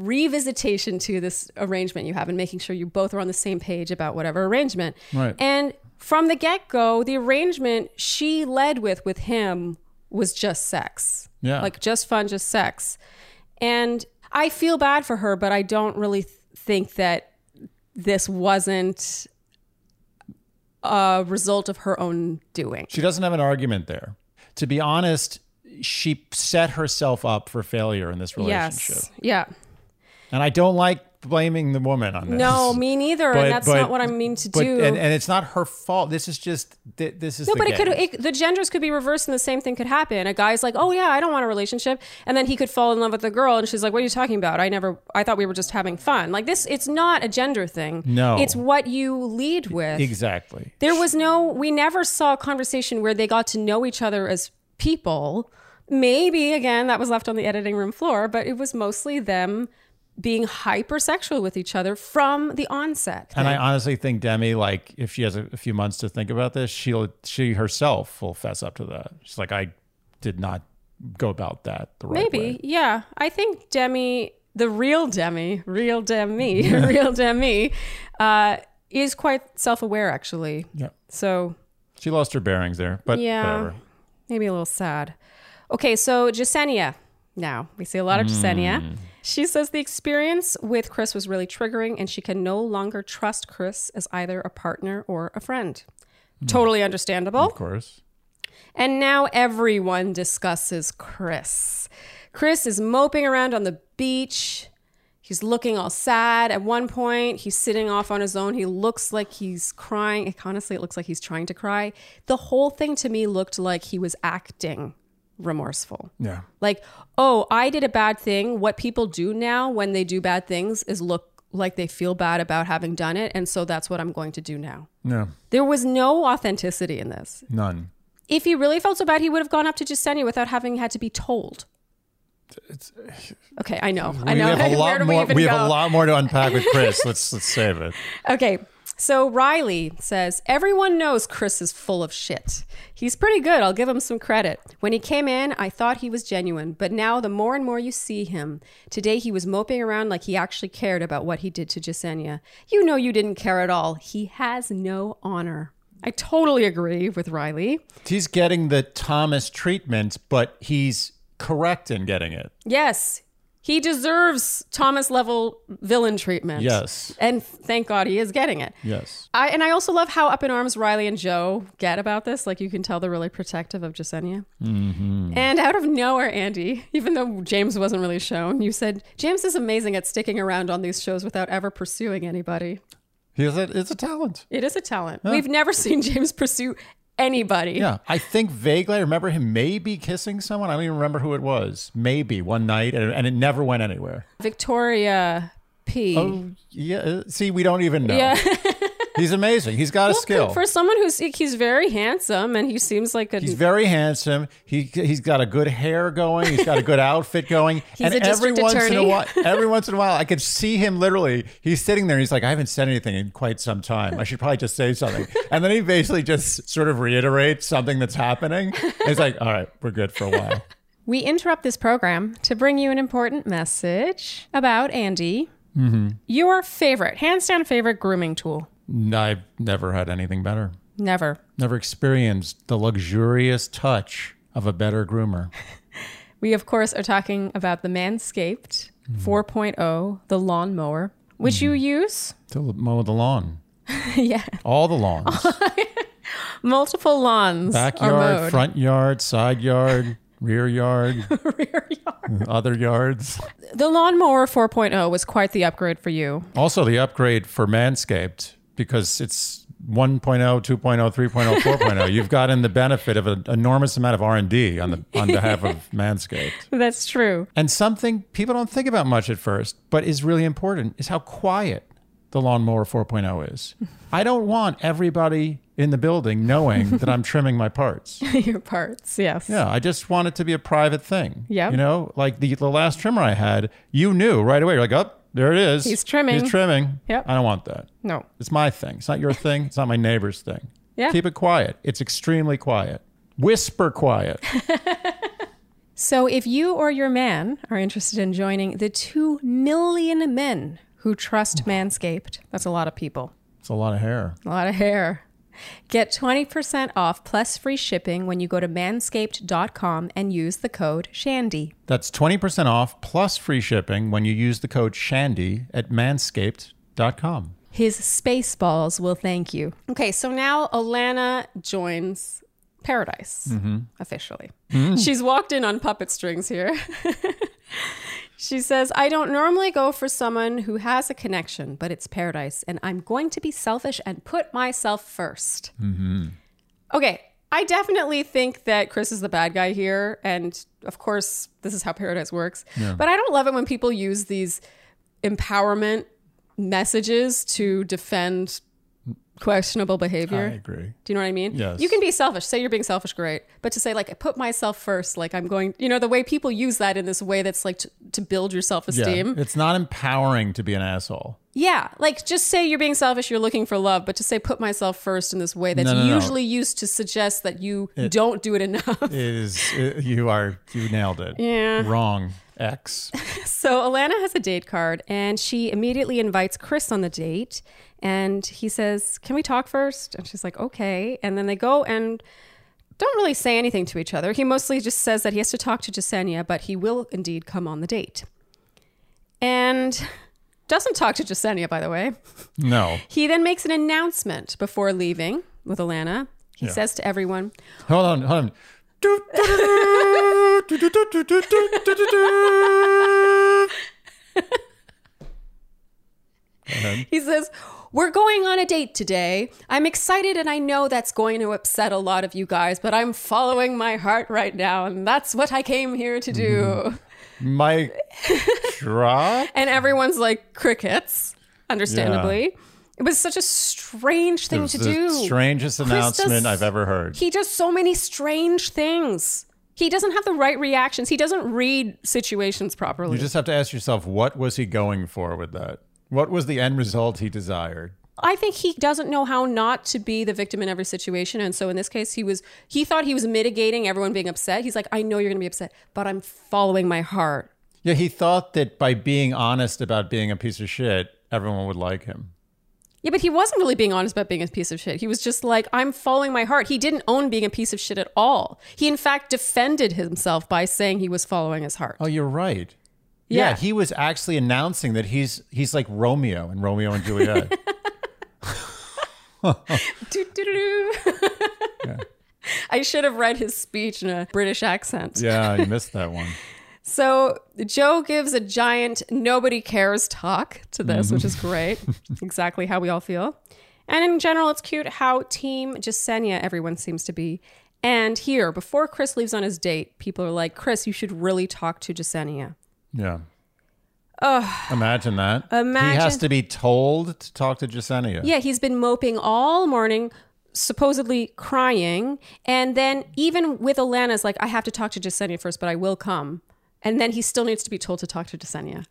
revisitation to this arrangement you have and making sure you both are on the same page about whatever arrangement.
Right.
And from the get-go, the arrangement she led with with him was just sex.
Yeah.
Like just fun, just sex. And I feel bad for her, but I don't really th- think that this wasn't a result of her own doing.
She doesn't have an argument there. To be honest, she set herself up for failure in this relationship.
Yes. Yeah.
And I don't like blaming the woman on this.
No, me neither.
But-
and that's
but-
not what I mean to
But,
do.
and, and it's not her fault. This is just th- this is
no,
the
but it could
game.
it, the genders could be reversed and the same thing could happen. A guy's like, "Oh yeah, I don't want a relationship." And then he could fall in love with a girl and she's like, "What are you talking about? I never I thought we were just having fun." Like this it's not a gender thing.
No.
It's what you lead with.
exactly.
There was no, we never saw a conversation where they got to know each other as people. Maybe, again, that was left on the editing room floor, but it was mostly them being hypersexual with each other from the onset.
And I honestly think Demi, like, if she has a, a few months to think about this, she'll she herself will fess up to that. She's like, I did not go about that the right way.
Maybe, yeah. I think Demi, the real Demi, real Demi, real Demi, uh, is quite self aware, actually.
Yeah.
So
She lost her bearings there, but
Yeah.
whatever.
Maybe a little sad. Okay, so Jasenia. Now, we see a lot of Jasenia. She says the experience with Chris was really triggering and she can no longer trust Chris as either a partner or a friend. Totally understandable.
Of course.
And now everyone discusses Chris. Chris is moping around on the beach. He's looking all sad. At one point, he's sitting off on his own. He looks like he's crying. It- honestly, it looks like he's trying to cry. The whole thing to me looked like he was acting remorseful.
Yeah.
Like, oh, I did a bad thing. What people do now when they do bad things is look like they feel bad about having done it. And so that's what I'm going to do now.
No.
There was no authenticity in this
None.
if he really felt so bad, he would have gone up to Justenia without having had to be told. okay, I know. I
we
know.
have a
Where
lot
do
more.
even
We have
go?
a lot more to unpack with Chris. let's let's save it.
Okay. So Riley says, Everyone knows Chris is full of shit. He's pretty good. I'll give him some credit. When he came in, I thought he was genuine, but now the more and more you see him, today he was moping around like he actually cared about what he did to Jasenia. You know you didn't care at all. He has no honor. I totally agree with Riley.
He's getting the Thomas treatment, but he's correct in getting it.
Yes. He deserves Thomas level villain treatment.
Yes.
And thank God he is getting it.
Yes.
I, and I also love how up in arms Riley and Joe get about this. Like you can tell they're really protective of Jasenia.
Mm-hmm.
And out of nowhere, Andy, even though James wasn't really shown, you said James is amazing at sticking around on these shows without ever pursuing anybody.
He has a, it's a talent.
It is a talent. We've never seen James pursue anybody.
Yeah. I think vaguely I remember him maybe kissing someone. I don't even remember who it was. Maybe one night, and, and it never went anywhere.
Victoria P.
Oh, yeah. See, we don't even know.
Yeah.
he's amazing. He's got a skill.
For someone who's he's very handsome and he seems like a
He's very handsome. He he's got a good hair going. He's got a good outfit going.
He's a district
every once in
attorney.
a while, every once in a while, I could see him literally. He's sitting there. and He's like, I haven't said anything in quite some time. I should probably just say something. And then he basically just sort of reiterates something that's happening. It's like, all right, we're good for a while.
We interrupt this program to bring you an important message about Andy,
Mm-hmm.
your favorite, hands down favorite grooming tool.
I've never had anything better.
Never.
Never experienced the luxurious touch of a better groomer.
We, of course, are talking about the Manscaped
Mm-hmm.
4.0, the lawnmower, which you use.
To mow the lawn,
yeah.
all the lawns.
Multiple lawns. are
backyard,
mowed.
front yard, side yard, rear yard,
rear yard.
other yards.
The lawnmower 4.0 was quite the upgrade for you.
Also, the upgrade for Manscaped because it's oh, 1.0, 2.0, 3.0, 4.0. oh. You've gotten the benefit of an enormous amount of R&D on the on behalf of Manscaped.
That's true.
And something people don't think about much at first, but is really important is how quiet the lawnmower 4.0 is. I don't want everybody in the building knowing that I'm trimming my parts.
Your parts, yes.
Yeah, I just want it to be a private thing.
Yep.
You know, like the, the last trimmer I had, you knew right away. You're like, oh, there it is.
He's trimming."
He's trimming.
Yep.
I don't want that.
No.
It's my thing. It's not your thing. It's not my neighbor's thing.
Yeah.
Keep it quiet. It's extremely quiet. Whisper quiet.
So, if you or your man are interested in joining the 2 million men who trust Manscaped, that's a lot of people,
It's a lot of hair.
a lot of hair. Get 20% off plus free shipping when you go to manscaped.com and use the code SHANDY.
That's 20% off plus free shipping when you use the code Shandy at manscaped.com.
His space balls will thank you. Okay, so now Alana joins Paradise officially. She's walked in on puppet strings here. she says, I don't normally go for someone who has a connection, but it's Paradise, and I'm going to be selfish and put myself 1st Okay, I definitely think that Chris is the bad guy here. And of course, this is how Paradise works. But I don't love it when people use these empowerment messages to defend questionable behavior.
agree.
Do you know what I mean?
Yes.
You can be selfish. Say you're being selfish, great. But to say like, I put myself first, like I'm going, you know, the way people use that in this way that's like to, to build your self
Yeah.
esteem. Yeah.
It's not empowering to be an asshole.
Like just say you're being selfish, you're looking for love, but to say put myself first in this way that's
No, no, no.
usually used to suggest that you don't do it enough.
It is it, you are you nailed it.
Yeah.
Wrong. X.
So Alana has a date card and she immediately invites Chris on the date and he says, "Can we talk first? And she's like, "Okay." And then they go and don't really say anything to each other. He mostly just says that he has to talk to Jasenia, but he will indeed come on the date. And doesn't talk to Jasenia, by the way.
No.
He then makes an announcement before leaving with Alana. He
Yeah.
says to everyone,
Hold on. Hold on. Go ahead.
He says, We're going on a date today. I'm excited and I know that's going to upset a lot of you guys, but I'm following my heart right now and that's what I came here to do.
Mm-hmm. Mike drop.
And everyone's like, Crickets, understandably. It was such a strange thing to
It was the
do.
strangest
Chris does-
announcement I've ever heard.
He does so many strange things. He doesn't have the right reactions. He doesn't read situations properly.
You just have to ask yourself, what was he going for with that? What was the end result he desired?
I think he doesn't know how not to be the victim in every situation. And so in this case, he was he thought he was mitigating everyone being upset. He's like, I know you're gonna be upset, but I'm following my heart.
Yeah, he thought that by being honest about being a piece of shit, everyone would like him.
Yeah, but he wasn't really being honest about being a piece of shit. He was just like, I'm following my heart. He didn't own being a piece of shit at all. He in fact defended himself by saying he was following his heart.
Oh, you're right.
Yeah.
he was actually announcing that he's he's like Romeo and Romeo and Juliet.
Doo-doo-doo-doo. I should have read his speech in a British accent.
yeah, you missed that one.
So Joe gives a giant nobody cares talk to this, which is great. exactly how we all feel. And in general, it's cute how team Jasenia everyone seems to be. And here, before Chris leaves on his date, people are like, Chris, you should really talk to Jasenia.
Yeah. Oh, imagine that. He has
Imagine-
to be told to talk to Jasenia.
Yeah, he's been moping all morning, supposedly crying. And then even with Alana's like, I have to talk to Jasenia first, but I will come. And then he still needs to be told to talk to Jasenia.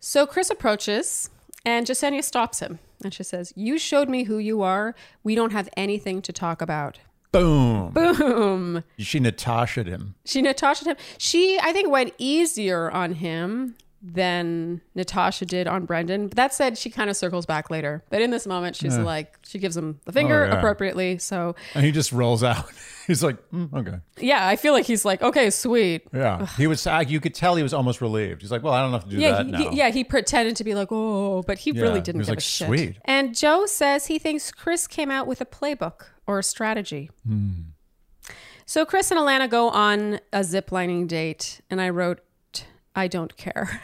So Chris approaches and Jasenia stops him. And she says, You showed me who you are. We don't have anything to talk about.
Boom. Boom. She Natasha'd him.
She Natasha him. She, I think, went easier on him than Natasha did on Brendan. But that said, she kind of circles back later. But in this moment, she's like, she gives him the finger
yeah.
appropriately. So
And he just rolls out. He's like, "Mm, okay.
Yeah, I feel like he's like, okay, sweet.
Yeah. He was, I- you could tell he was almost relieved. He's like, well, I don't have to do
Yeah,
that
he,
now.
he- yeah, he pretended to be like, oh, but he really
Yeah,
didn't
he was
give
like,
a shit.
sweet.
And Joe says he thinks Chris came out with a playbook or a strategy.
Hmm.
So Chris and Alana go on a ziplining date, and I wrote, I don't care.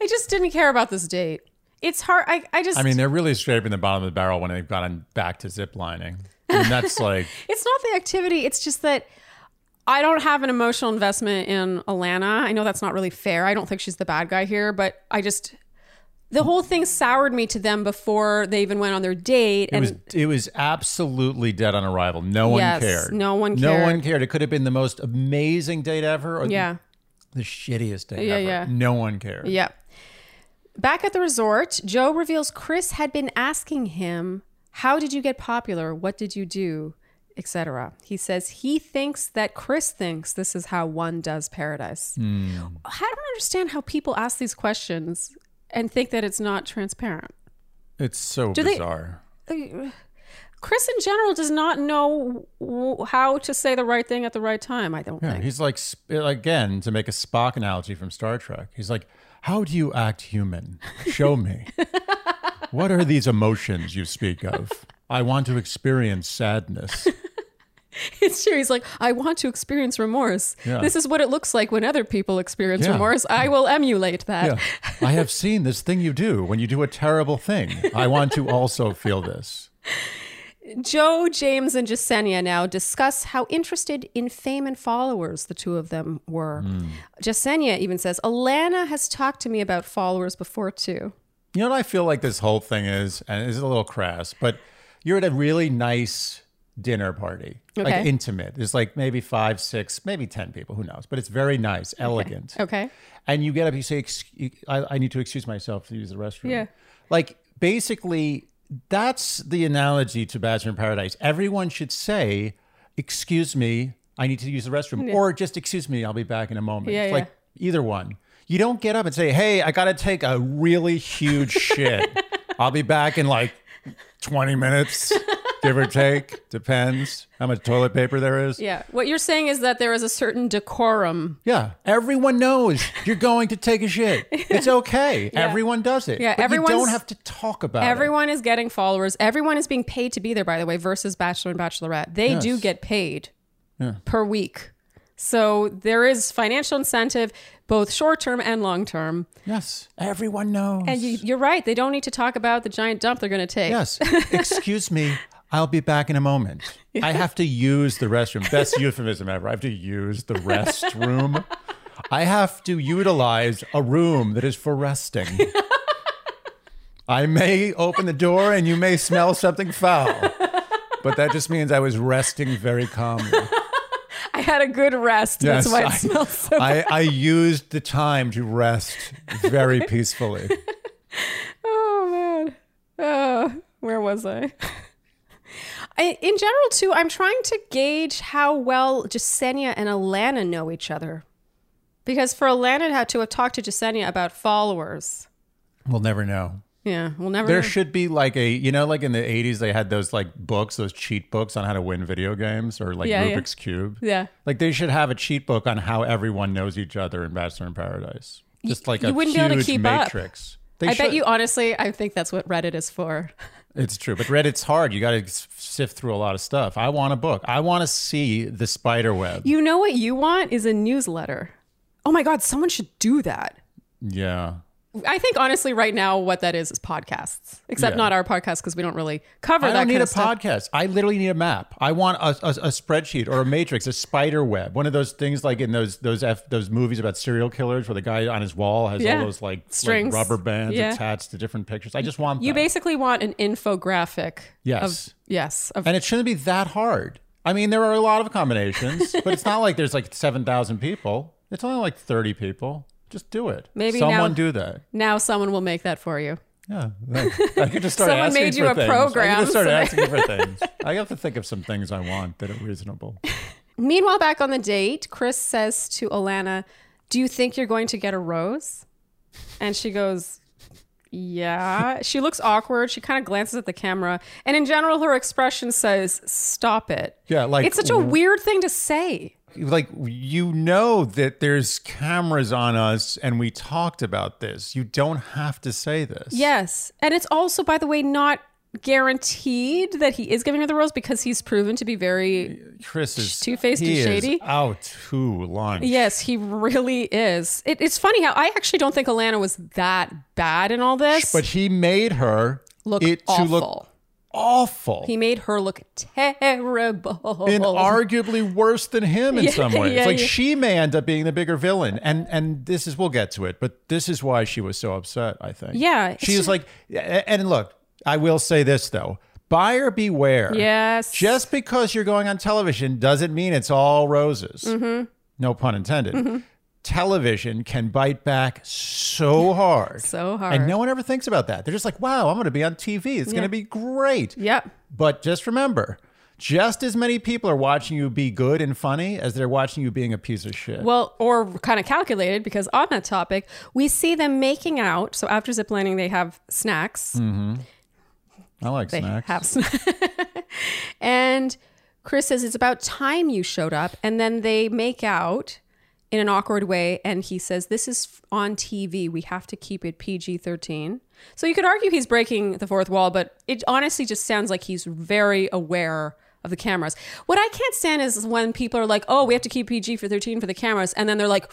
I just didn't care about this date. It's hard. I, I just.
I mean, they're really scraping the bottom of the barrel when they've gotten back to zip lining. I mean, that's like
it's not the activity. It's just that I don't have an emotional investment in Alana. I know that's not really fair. I don't think she's the bad guy here, but I just the whole thing soured me to them before they even went on their date.
it
And
was it was absolutely dead on arrival. No one
Yes,
cared.
no one
No
cared.
one cared. It could have been the most amazing date ever or
yeah,
the shittiest date
Yeah,
ever.
yeah.
No one cared.
yeah. Back at the resort, Joe reveals Chris had been asking him, "How did you get popular? What did you do?" Etc. He says he thinks that Chris thinks this is how one does paradise. I don't understand how people ask these questions and think that it's not transparent.
It's so
they-
bizarre.
Chris in general does not know w- how to say the right thing at the right time. I don't
yeah,
think.
he's like sp- again to make a Spock analogy from Star Trek. He's like, "How do you act human? Show me. what are these emotions you speak of? I want to experience sadness."
It's true. He's like, I want to experience remorse.
Yeah.
This is what it looks like when other people experience
Yeah.
remorse. I will emulate that.
Yeah. I have seen this thing you do when you do a terrible thing. I want to also feel this.
Joe, James, and Jasenia now discuss how interested in fame and followers the two of them were.
Hmm.
Jasenia even says, Alana has talked to me about followers before too.
You know what I feel like this whole thing is, and this is a little crass, but you're at a really nice dinner party, like
Okay.
intimate. There's like maybe five, six, maybe 10 people, who knows? But it's very nice, elegant.
Okay.
and you get up, you say, "Excu- I, I need to excuse myself to use the restroom.
Yeah.
Like basically, that's the analogy to Bachelor in Paradise. Everyone should say, Excuse me, I need to use the restroom, or just excuse me, I'll be back in a moment.
Yeah,
It's like either one. You don't get up and say, Hey, I got to take a really huge shit. I'll be back in like 20 minutes, give or take. Depends how much toilet paper there is.
Yeah. What you're saying is that there is a certain decorum.
Yeah, everyone knows you're going to take a shit. It's okay. Everyone does it.
Yeah,
but you don't
everyone's-
have to talk about it.
Everyone is getting followers. Everyone is being paid to be there, by the way, versus Bachelor and Bachelorette. They do
Yes.
get paid per week. So there is financial incentive, both short term and long term.
Yes, everyone knows.
And you, you're right. They don't need to talk about the giant dump they're going to take.
yes, excuse me. I'll be back in a moment. I have to use the restroom. Best euphemism ever. I have to use the restroom. I have to utilize a room that is for resting. I may open the door and you may smell something foul, but that just means I was resting very calmly.
I had a good rest.
Yes,
That's why it
I-
smells so
I, I used the time to rest very peacefully.
Oh man. Uh, where was I? I, in general, too, I'm trying to gauge how well Jasenia and Alana know each other. Because for Alana to have- to have talked to Jasenia about followers,
We'll never know.
yeah, we'll never.
There
know.
should be like a, you know, like in the 80s, they had those like books, those cheat books on how to win video games or like
Yeah, yeah.
Rubik's Cube.
yeah,
Like they should have a cheat book on how everyone knows each other in Bachelor in Paradise. Just like a
you wouldn't be
huge
able to keep up.
matrix. They
I
should.
bet you honestly, I think that's what Reddit is for.
It's true, but Reddit's hard. You got to sift through a lot of stuff. I want a book. I want to see the spider web.
You know what you want is a newsletter. Oh my God, someone should do that.
yeah.
I think honestly, right now, what that is is podcasts, except
Yeah.
not our podcast because we don't really cover
I
that.
don't need
kind
a
of stuff.
podcast. I literally need a map. I want a, a, a spreadsheet or a matrix, a spider web, one of those things like in those those F, those movies about serial killers where the guy on his wall has all
Yeah.
those like, like
Strings.
rubber bands
Yeah.
attached to different pictures. I just want
You
that.
basically want an infographic.
Yes.
Of, yes. Of,
and it shouldn't be that hard. I mean, there are a lot of combinations, but it's not like there's like seven thousand people. It's only like thirty people. Just do it.
Maybe
someone
now-
do that.
now someone will make that for you.
Yeah, thanks. I could just start
Someone
asking
made you
for
a
things. I could
program,
just start
so that-
asking for things. I have to think of some things I want that are reasonable.
Meanwhile, back on the date, Chris says to Alana, Do you think you're going to get a rose? And she goes, Yeah. she looks awkward. She kind of glances at the camera. And in general, her expression says, Stop it.
Yeah, like
It's such a weird thing to say.
like you know that there's cameras on us and we talked about this. You don't have to say this.
Yes. And it's also, by the way, not guaranteed that he is giving her the rose because he's proven to be very
Chris is
Two-faced
he
and
is
shady.
out too long.
yes he really is it, it's funny how i actually don't think alana was that bad in all this
but he made her
look
it
awful
to look awful.
he made her look terrible
and arguably worse than him in
Yeah,
some ways.
yeah,
like
yeah.
she may end up being the bigger villain, and and this is we'll get to it, but this is why she was so upset. I think.
Yeah,
she
it's-
was like, and look, I will say this though: buyer beware.
yes
Just because you're going on television doesn't mean it's all roses.
Mm-hmm.
No pun intended. Television can bite back so hard.
so hard
And no one ever thinks about that. They're just like, wow, I'm going to be on TV. It's going to be great.
yep
But just remember, just as many people are watching you be good and funny as they're watching you being a piece of shit.
Well, or kind of calculated because on that topic, we see them making out. So after ziplining, they have snacks.
Hmm. I like
They
snacks.
have snacks. and Chris says, It's about time you showed up. And then they make out in an awkward way. And he says, This is on TV. We have to keep it PG 13. So you could argue he's breaking the fourth wall, but it honestly just sounds like he's very aware of the cameras. What I can't stand is when people are like, Oh, we have to keep PG for 13 for the cameras. And then they're like,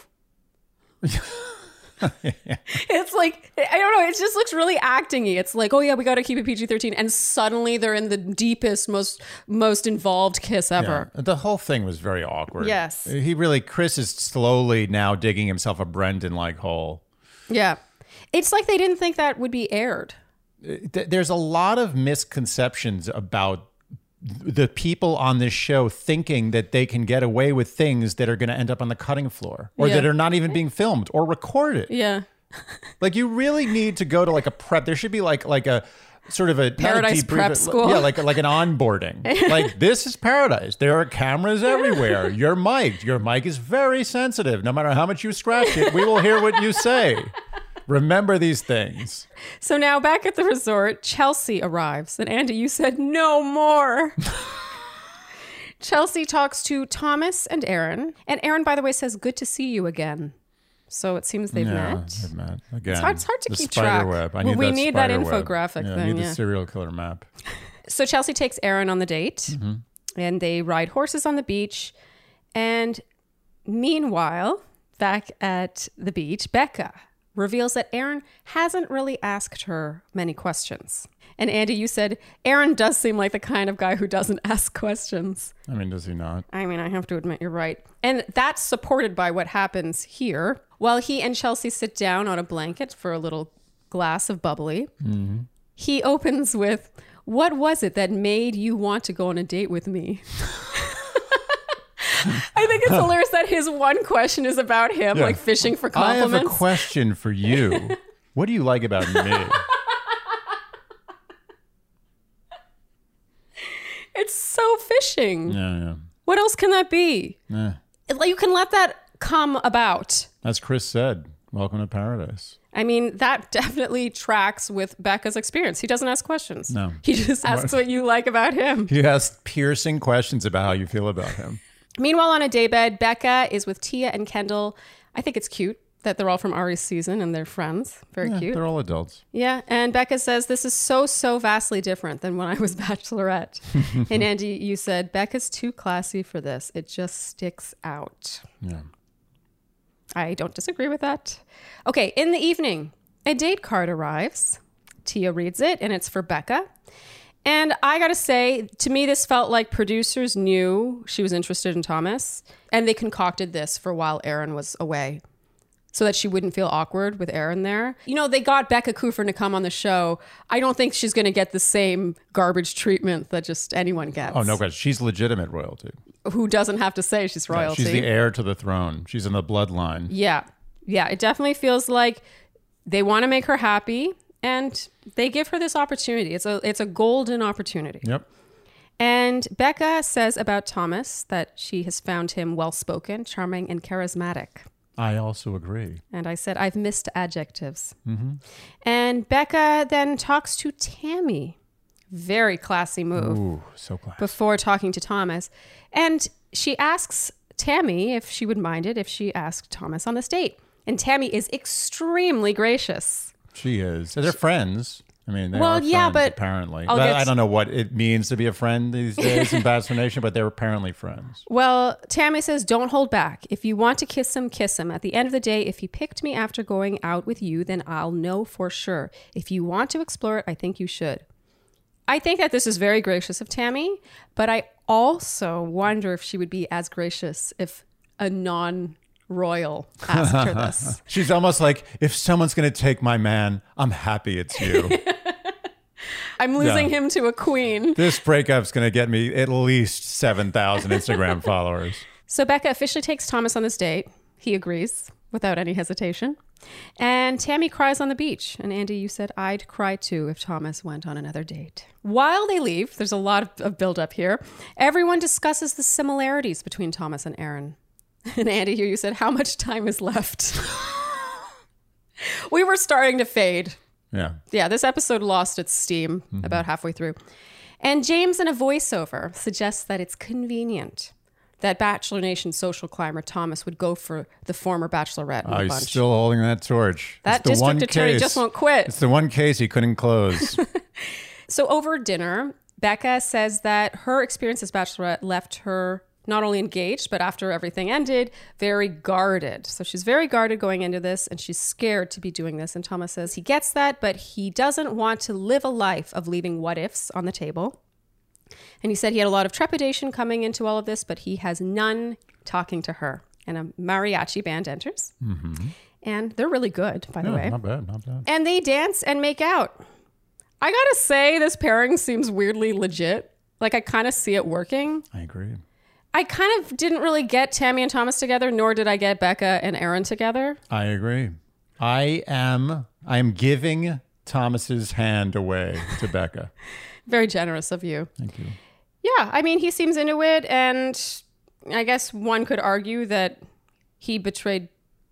it's like I don't know. It just looks really actingy. It's like, oh yeah, we got to keep it PG thirteen, and suddenly they're in the deepest, most most involved kiss ever.
Uh, The whole thing was very awkward.
Yes.
He really, Chris is slowly now digging himself a Brendan like hole.
Yeah. it's like they didn't think that would be aired.
Th- There's a lot of misconceptions about the people on this show thinking that they can get away with things that are going to end up on the cutting floor or
Yeah.
that are not even being filmed or recorded.
Yeah,
Like you really need to go to like a prep. There should be like like a sort of a not a
Paradise
debrief,
prep
but-
school.
Yeah, like like an onboarding. like this is paradise. There are cameras everywhere. You're mic'd. Your mic is very sensitive. No matter how much you scratch it, we will hear what you say. Remember these things.
So now back at the resort, Chelsea arrives. And Andy, you said no more. Chelsea talks to Thomas and Aaron. And Aaron, by the way, says, Good to see you again. So it seems they've met.
Matt, again, it's
hard- it's hard to
the
keep
spider
track.
Web. I
Well,
need
we
that
need that
spider web.
infographic
Yeah, I
then,
need
yeah.
the serial killer map.
So Chelsea takes Aaron on the date and they ride horses on the beach. And meanwhile, back at the beach, Becca reveals that Aaron hasn't really asked her many questions. And Andy, you said Aaron does seem like the kind of guy who doesn't ask questions.
I mean, does he not?
I mean, I have to admit, you're right. And that's supported by what happens here. While he and Chelsea sit down on a blanket for a little glass of bubbly, he opens with, What was it that made you want to go on a date with me? I think it's hilarious that his one question is about him, like fishing for
I have a
compliments.
question for you. what do you like about me?
it's so fishing.
yeah,
What else can that be?
yeah. Eh.
It's like You can let that come about.
As Chris said, welcome to paradise.
I mean, that definitely tracks with Becca's experience. He doesn't ask questions.
No.
He just asks what you like about him.
He asked piercing questions about how you feel about him.
Meanwhile, on a daybed, Becca is with Tia and Kendall. I think it's cute that they're all from Ari's season and they're friends. Very
Yeah,
cute.
They're all adults.
Yeah. And Becca says, This is so, so vastly different than when I was Bachelorette. and Andy, you said, Becca's too classy for this. It just sticks out.
Yeah.
I don't disagree with that. Okay, in the evening, a date card arrives. Tia reads it, and it's for Becca. And I gotta say, to me, this felt like producers knew she was interested in Thomas, and they concocted this for while Aaron was away so that she wouldn't feel awkward with Aaron there. You know, they got Becca Kufrin to come on the show. I don't think she's gonna get the same garbage treatment that just anyone gets.
Oh no, guys, she's legitimate royalty.
Who doesn't have to say she's royalty.
She's the heir to the throne. She's in the bloodline.
Yeah. Yeah. It definitely feels like they want to make her happy and they give her this opportunity. It's a it's a golden opportunity.
Yep.
And Becca says about Thomas that she has found him well spoken, charming, and charismatic.
I also agree.
And I said, I've missed adjectives. And Becca then talks to Tammy. Very classy move
Ooh, so glad.
before talking to Thomas. And she asks Tammy if she would mind it if she asked Thomas on this date. And Tammy is extremely gracious.
She is. They're friends. I mean, they
Well,
are
yeah,
friends,
but oh,
apparently,
I'll
But
get
I
to-
don't know what it means to be a friend these days in Bachelor Nation, but they're apparently friends.
Well, Tammy says, don't hold back. If you want to kiss him, kiss him. At the end of the day, if he picked me after going out with you, then I'll know for sure. If you want to explore it, I think you should. I think that this is very gracious of Tammy, but I also wonder if she would be as gracious if a non royal asked her this.
She's almost like, if someone's going to take my man, I'm happy it's you.
I'm losing
Yeah.
him to a queen.
this breakup's going to get me at least 7,000 Instagram followers.
So Becca officially takes Thomas on this date. He agrees without any hesitation. And Tammy cries on the beach. And Andy, you said I'd cry too if Thomas went on another date. While they leave, there's a lot of, of buildup here. Everyone discusses the similarities between Thomas and Aaron. And Andy, here you said, How much time is left? we were starting to fade
Yeah.
yeah, this episode lost its steam
Mm-hmm.
about halfway through. And James, in a voiceover, suggests that it's convenient that Bachelor Nation social climber Thomas would go for the former bachelorette in
Oh,
the
he's
bunch.
still holding that torch.
that
it's the one
district attorney
case.
just won't quit.
It's the one case he couldn't close.
So over dinner, Becca says that her experience as bachelorette left her not only engaged, but after everything ended, very guarded. So she's very guarded going into this and she's scared to be doing this. And Thomas says he gets that, but he doesn't want to live a life of leaving what ifs on the table. And he said he had a lot of trepidation coming into all of this, but he has none talking to her. And a mariachi band enters. And they're really good, by the way
not bad, not bad.
and they dance and make out. I gotta say, this pairing seems weirdly legit. Like, I kind of see it working.
I agree.
I kind of didn't really get Tammy and Thomas together, nor did I get Becca and Aaron together.
I agree. I am I am giving Thomas's hand away to Becca.
Very generous of you.
Thank you.
Yeah, I mean, he seems into it, and I guess one could argue that he betrayed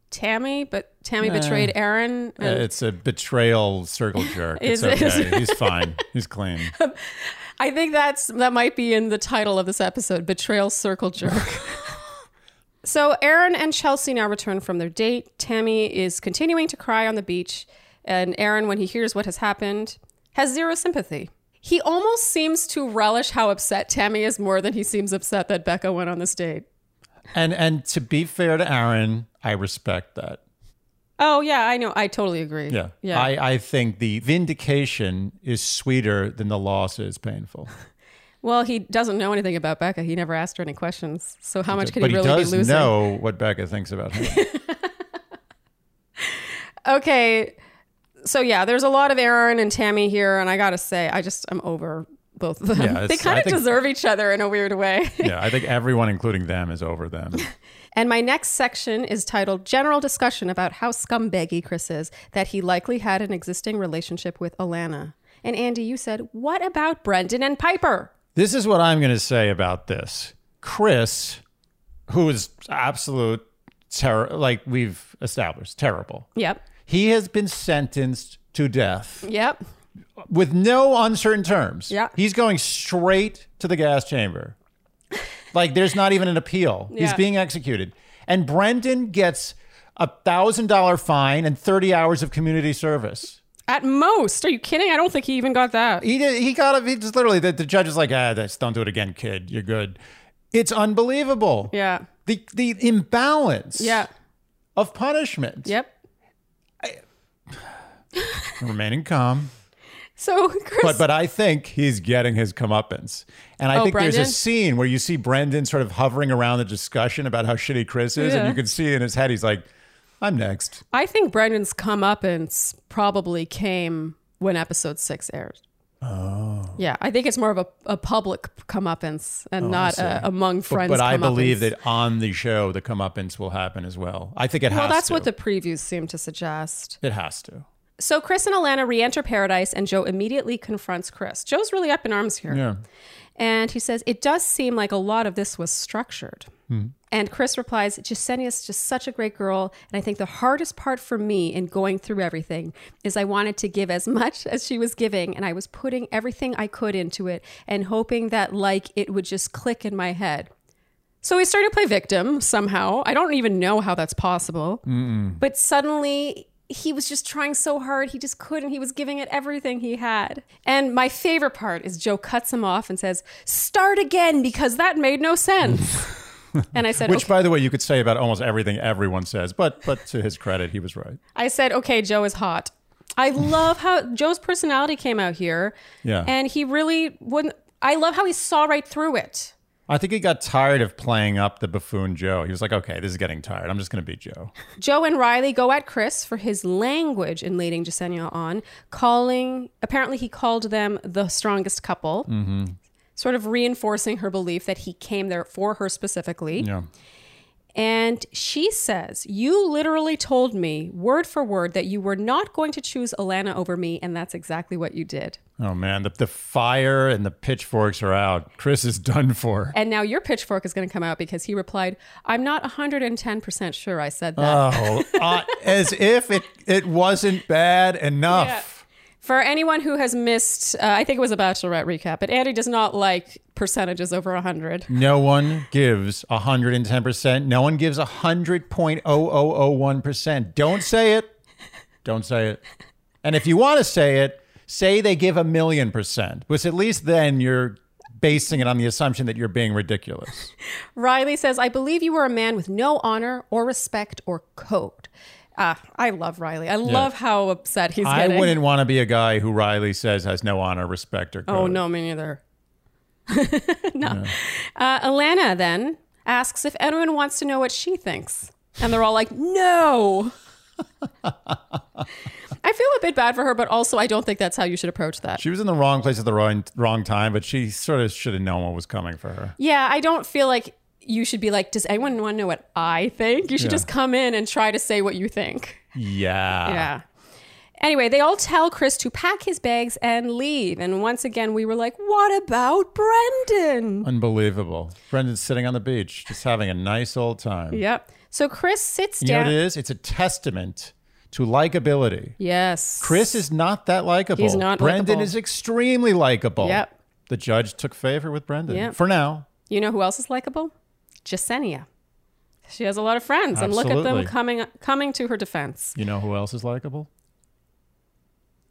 Tammy, but Tammy betrayed Aaron.
Uh, It's a betrayal circle jerk. It's
Is it-
okay. He's fine. He's clean.
I think that's that might be in the title of this episode, Betrayal Circle Jerk. so Aaron and Chelsea now return from their date. Tammy is continuing to cry on the beach, and Aaron, when he hears what has happened, has zero sympathy. He almost seems to relish how upset Tammy is more than he seems upset that Becca went on this date.
And and to be fair to Aaron, I respect that.
Oh yeah, I know. I totally agree.
Yeah.
Yeah.
I, I think the vindication is sweeter than the loss is painful.
well, he doesn't know anything about Becca. He never asked her any questions. So how much could
but
he really
he
be
does
losing?
know what Becca thinks about him.
okay so yeah there's a lot of aaron and tammy here and i gotta say i just i'm over both of them
Yeah, it's-
they kind
I
of
think-
deserve each other in a weird way
yeah, I think everyone, including them, is over them.
and my next section is titled general discussion about how scumbaggy chris is that he likely had an existing relationship with alana and andy you said what about brendan and piper
This is what I'm going to say about this. Chris, who is absolute terror, like we've established, terrible.
yep
He has been sentenced to death
yep
with no uncertain terms.
Yeah.
He's going straight to the gas chamber. Like there's not even an appeal. He's
Yeah.
being executed. And Brendan gets a thousand dollar fine and 30 hours of community service.
at most are you kidding i don't think he even got that
He did, he got a, he just literally, the, the judge is like, ah, that's, don't do it again, kid. You're good. It's unbelievable.
yeah
The, the imbalance
yeah
of punishment.
yep
Remaining calm.
so chris
But but I think he's getting his comeuppance. And I
Oh,
think there's a
Brendan?
scene where you see Brendan sort of hovering around the discussion about how shitty Chris is, and
Yeah.
you can see in his head he's like, I'm next.
I think Brendan's comeuppance probably came when episode six aired. Oh. Yeah, I think it's more of a, a public comeuppance and not a, among friends.
Oh, But I
comeuppance.
believe that on the show the comeuppance will happen as well. I think it
Well,
has
that's
to.
what the previews seem to suggest.
it has to.
So Chris and Alana re-enter paradise, and Joe immediately confronts Chris. Joe's really up in arms here,
Yeah.
and he says it does seem like a lot of this was structured. And Chris replies, Jasenia's just such a great girl. And I think the hardest part for me in going through everything is I wanted to give as much as she was giving. And I was putting everything I could into it and hoping that, like, it would just click in my head. So he's starting to play victim somehow. I don't even know how that's possible. But suddenly he was just trying so hard. He just couldn't. He was giving it everything he had. And my favorite part is Joe cuts him off and says, Start again because that made no sense. and I said,
Which,
okay.
by the way, you could say about almost everything everyone says, but but to his credit, he was right.
I said, okay, Joe is hot. I love how Joe's personality came out here.
Yeah.
And he really wouldn't. I love how he saw right through it.
I think he got tired of playing up the buffoon Joe. He was like, okay, this is getting tired. I'm just going to be Joe.
Joe and Riley go at Chris for his language in leading Jasenia on, calling, apparently, he called them the strongest couple, sort of reinforcing her belief that he came there for her specifically.
Yeah.
And she says, You literally told me, word for word, that you were not going to choose Alana over me, and that's exactly what you did.
Oh, man. The, the fire and the pitchforks are out. Chris is done for.
And now your pitchfork is going to come out because he replied, I'm not 110% sure I said that.
Oh, uh, as if it, it wasn't bad enough.
For anyone who has missed, uh, I think it was a Bachelorette recap, but Andy does not like percentages over 100.
No one gives 110%. No one gives 100.0001%. Don't say it. Don't say it. And if you want to say it, say they give a million percent, which at least then you're basing it on the assumption that you're being ridiculous.
Riley says, I believe you were a man with no honor or respect or code. Ah, I love Riley. I love how upset he's
I
getting.
wouldn't want to be a guy who Riley says has no honor, respect, or code.
Oh, no, me neither. no. Uh, Alana then asks if anyone wants to know what she thinks. And they're all like, no. I feel a bit bad for her, but also I don't think that's how you should approach that.
She was in the wrong place at the wrong wrong time, but she sort of should have known what was coming for her.
Yeah, I don't feel like you should be like, does anyone want to know what I think? You should just come in and try to say what you think.
Yeah.
Yeah. Anyway, they all tell Chris to pack his bags and leave. And once again, we were like, what about Brendan?
Unbelievable. Brendan's sitting on the beach, just having a nice old time.
Yep. So Chris sits
You know
down.
what it is? It's a testament to likability.
Yes.
Chris is not that likable.
He's not
Brendan
likable.
is extremely likable.
Yep.
The judge took favor with Brendan
Yep.
for now.
You know who else is likable? Jasenia. She has a lot of friends, and look at them
Absolutely.
coming coming to her defense.
You know who else is likable?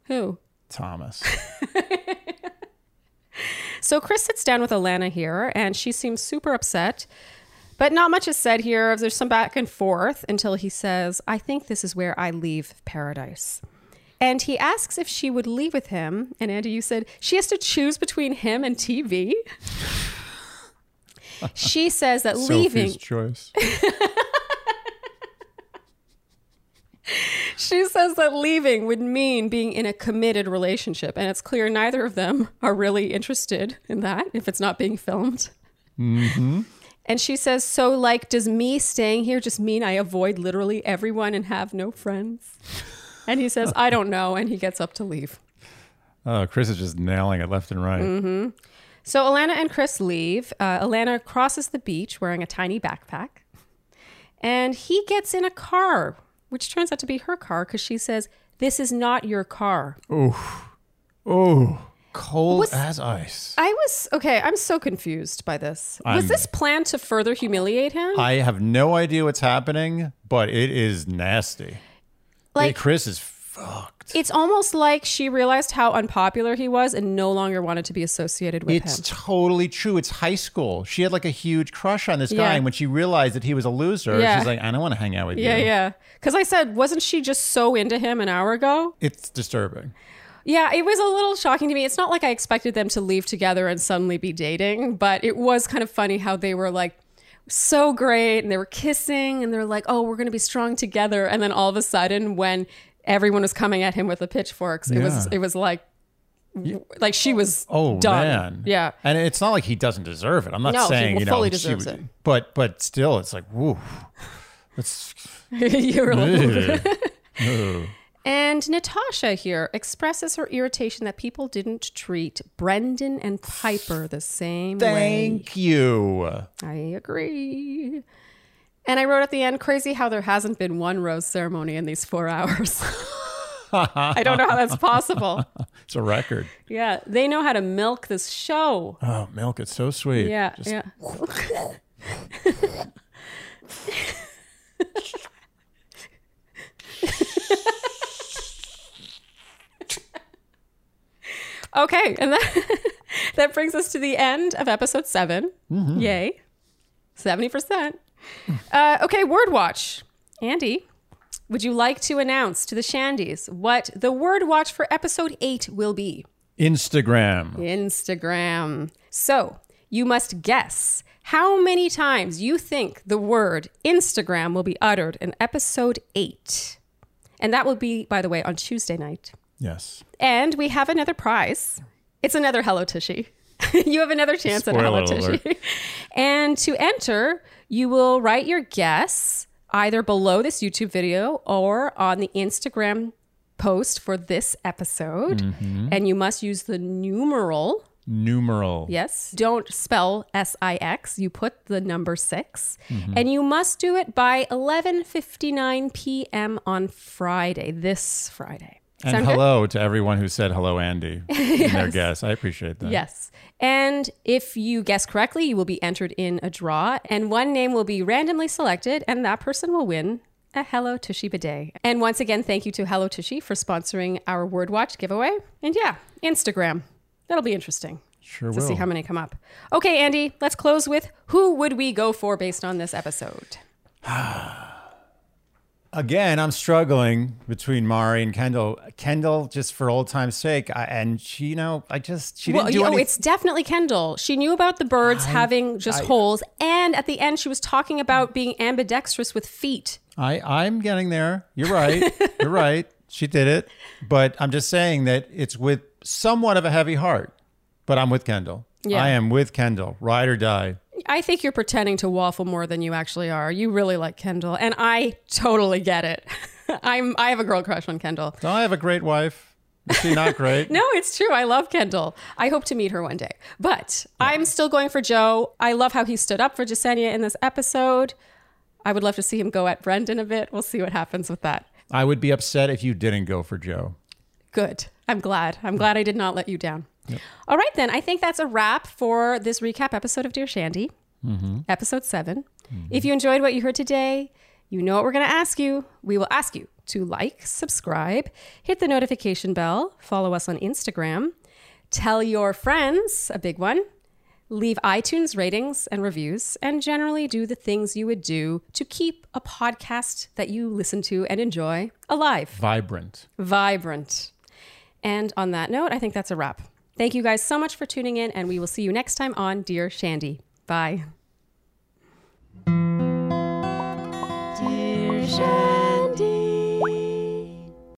Who?
Thomas.
So Chris sits down with Alana here, and she seems super upset. But not much is said here. There's some back and forth until he says, I think this is where I leave paradise. And he asks if she would leave with him. And Andy, you said she has to choose between him and TV. she says that leaving
Sophie's choice.
She says that leaving would mean being in a committed relationship, and it's clear neither of them are really interested in that if it's not being filmed. And she says, So, like, does me staying here just mean I avoid literally everyone and have no friends? And he says, I don't know. And he gets up to leave.
Oh, Chris is just nailing it left and right.
Mm-hmm. So Alana and Chris leave. Uh, Alana crosses the beach wearing a tiny backpack. And he gets in a car, which turns out to be her car because she says, This is not your car.
Oh, cold
Was-
as ice.
I was okay. I'm so confused by this. was
I'm-
this planned to further humiliate him?
I have no idea what's happening, but it is nasty.
Like-
Hey, Chris is fucked.
it's almost like she realized how unpopular he was and no longer wanted to be associated with
It's
him.
totally true. It's high school. She had like a huge crush on this
Yeah.
guy, and when she realized that he was a loser,
Yeah.
she's like, "I don't want to hang out with
Yeah,
you."
yeah. Because I said, wasn't she just so into him an hour ago?
It's disturbing.
Yeah, it was a little shocking to me. It's not like I expected them to leave together and suddenly be dating, but it was kind of funny how they were like so great and they were kissing and they're like, oh, we're going to be strong together. And then all of a sudden, when everyone was coming at him with the pitchforks, it was
Yeah.
it was like like she was
Oh
done.
man,
Yeah.
And it's not like he doesn't deserve it. I'm not
No, he
saying you know
fully
she
deserves
would-
it.
but but still, it's like, woo, that's
you were like,
ugh.
And Natasha here expresses her irritation that people didn't treat Brendan and Piper the same way.
thank you.
I agree. And I wrote at the end, crazy how there hasn't been one rose ceremony in these four hours. I don't know how that's possible.
It's a record.
Yeah, they know how to milk this show.
Oh, milk, it's so sweet.
Yeah,
Just-
yeah. Okay, and that that brings us to the end of episode 7 Yay, seventy percent. Uh, okay, word watch. Andy, would you like to announce to the Shandies what the word watch for episode eight will be?
Instagram.
Instagram. So you must guess how many times you think the word Instagram will be uttered in episode eight. And that will be, by the way, on Tuesday night.
Yes.
And we have another prize. It's another Hello Tushy. you have another chance at a Hello
Spoiler
Tushy. and to enter, you will write your guess either below this YouTube video or on the Instagram post for this episode. And you must use the numeral.
Numeral.
Yes. Don't spell S I X. You put the number 6 And you must do it by 11:59 p.m. on Friday, this Friday.
And
Sound good?
hello to everyone who said hello, Andy, in their guess. I appreciate that.
Yes. And if you guess correctly, you will be entered in a draw, and one name will be randomly selected, and that person will win a Hello Tushy bidet. And once again, thank you to Hello Tushy for sponsoring our Word Watch giveaway. And yeah, Instagram. That'll be interesting
Sure
to
will.
see how many come up. Okay, Andy, let's close with who would we go for based on this episode?
Again, I'm struggling between Mari and Kendall. Kendall, just for old time's sake, I, and she, you know, I just she
Well,
didn't do
you- oh,
anything.
it's definitely Kendall. She knew about the birds having just holes, and at the end, she was talking about being ambidextrous with feet.
I I'm getting there. You're right. You're right. She did it, but I'm just saying that it's with somewhat of a heavy heart. But I'm with Kendall.
Yeah.
I am with Kendall. Ride or die.
I think you're pretending to waffle more than you actually are. You really like Kendall, and I totally get it. I'm I have a girl crush on Kendall.
Don't I have a great wife? Is she not great?
No, it's true. I love Kendall. I hope to meet her one day. But I'm still going for Joe. I love how he stood up for Jasenia in this episode. I would love to see him go at Brendan a bit. We'll see what happens with that.
I would be upset if you didn't go for Joe.
Good. I'm glad. I'm glad I did not let you down. All right, then. I think that's a wrap for this recap episode of Dear Shandy, episode 7 If you enjoyed what you heard today, you know what we're going to ask you. We will ask you to like, subscribe, hit the notification bell, follow us on Instagram, tell your friends, a big one, leave iTunes ratings and reviews, and generally do the things you would do to keep a podcast that you listen to and enjoy alive
Vibrant.
vibrant. And on that note, I think that's a wrap. Thank you guys so much for tuning in, and we will see you next time on Dear Shandy. Bye.
Dear Shandy.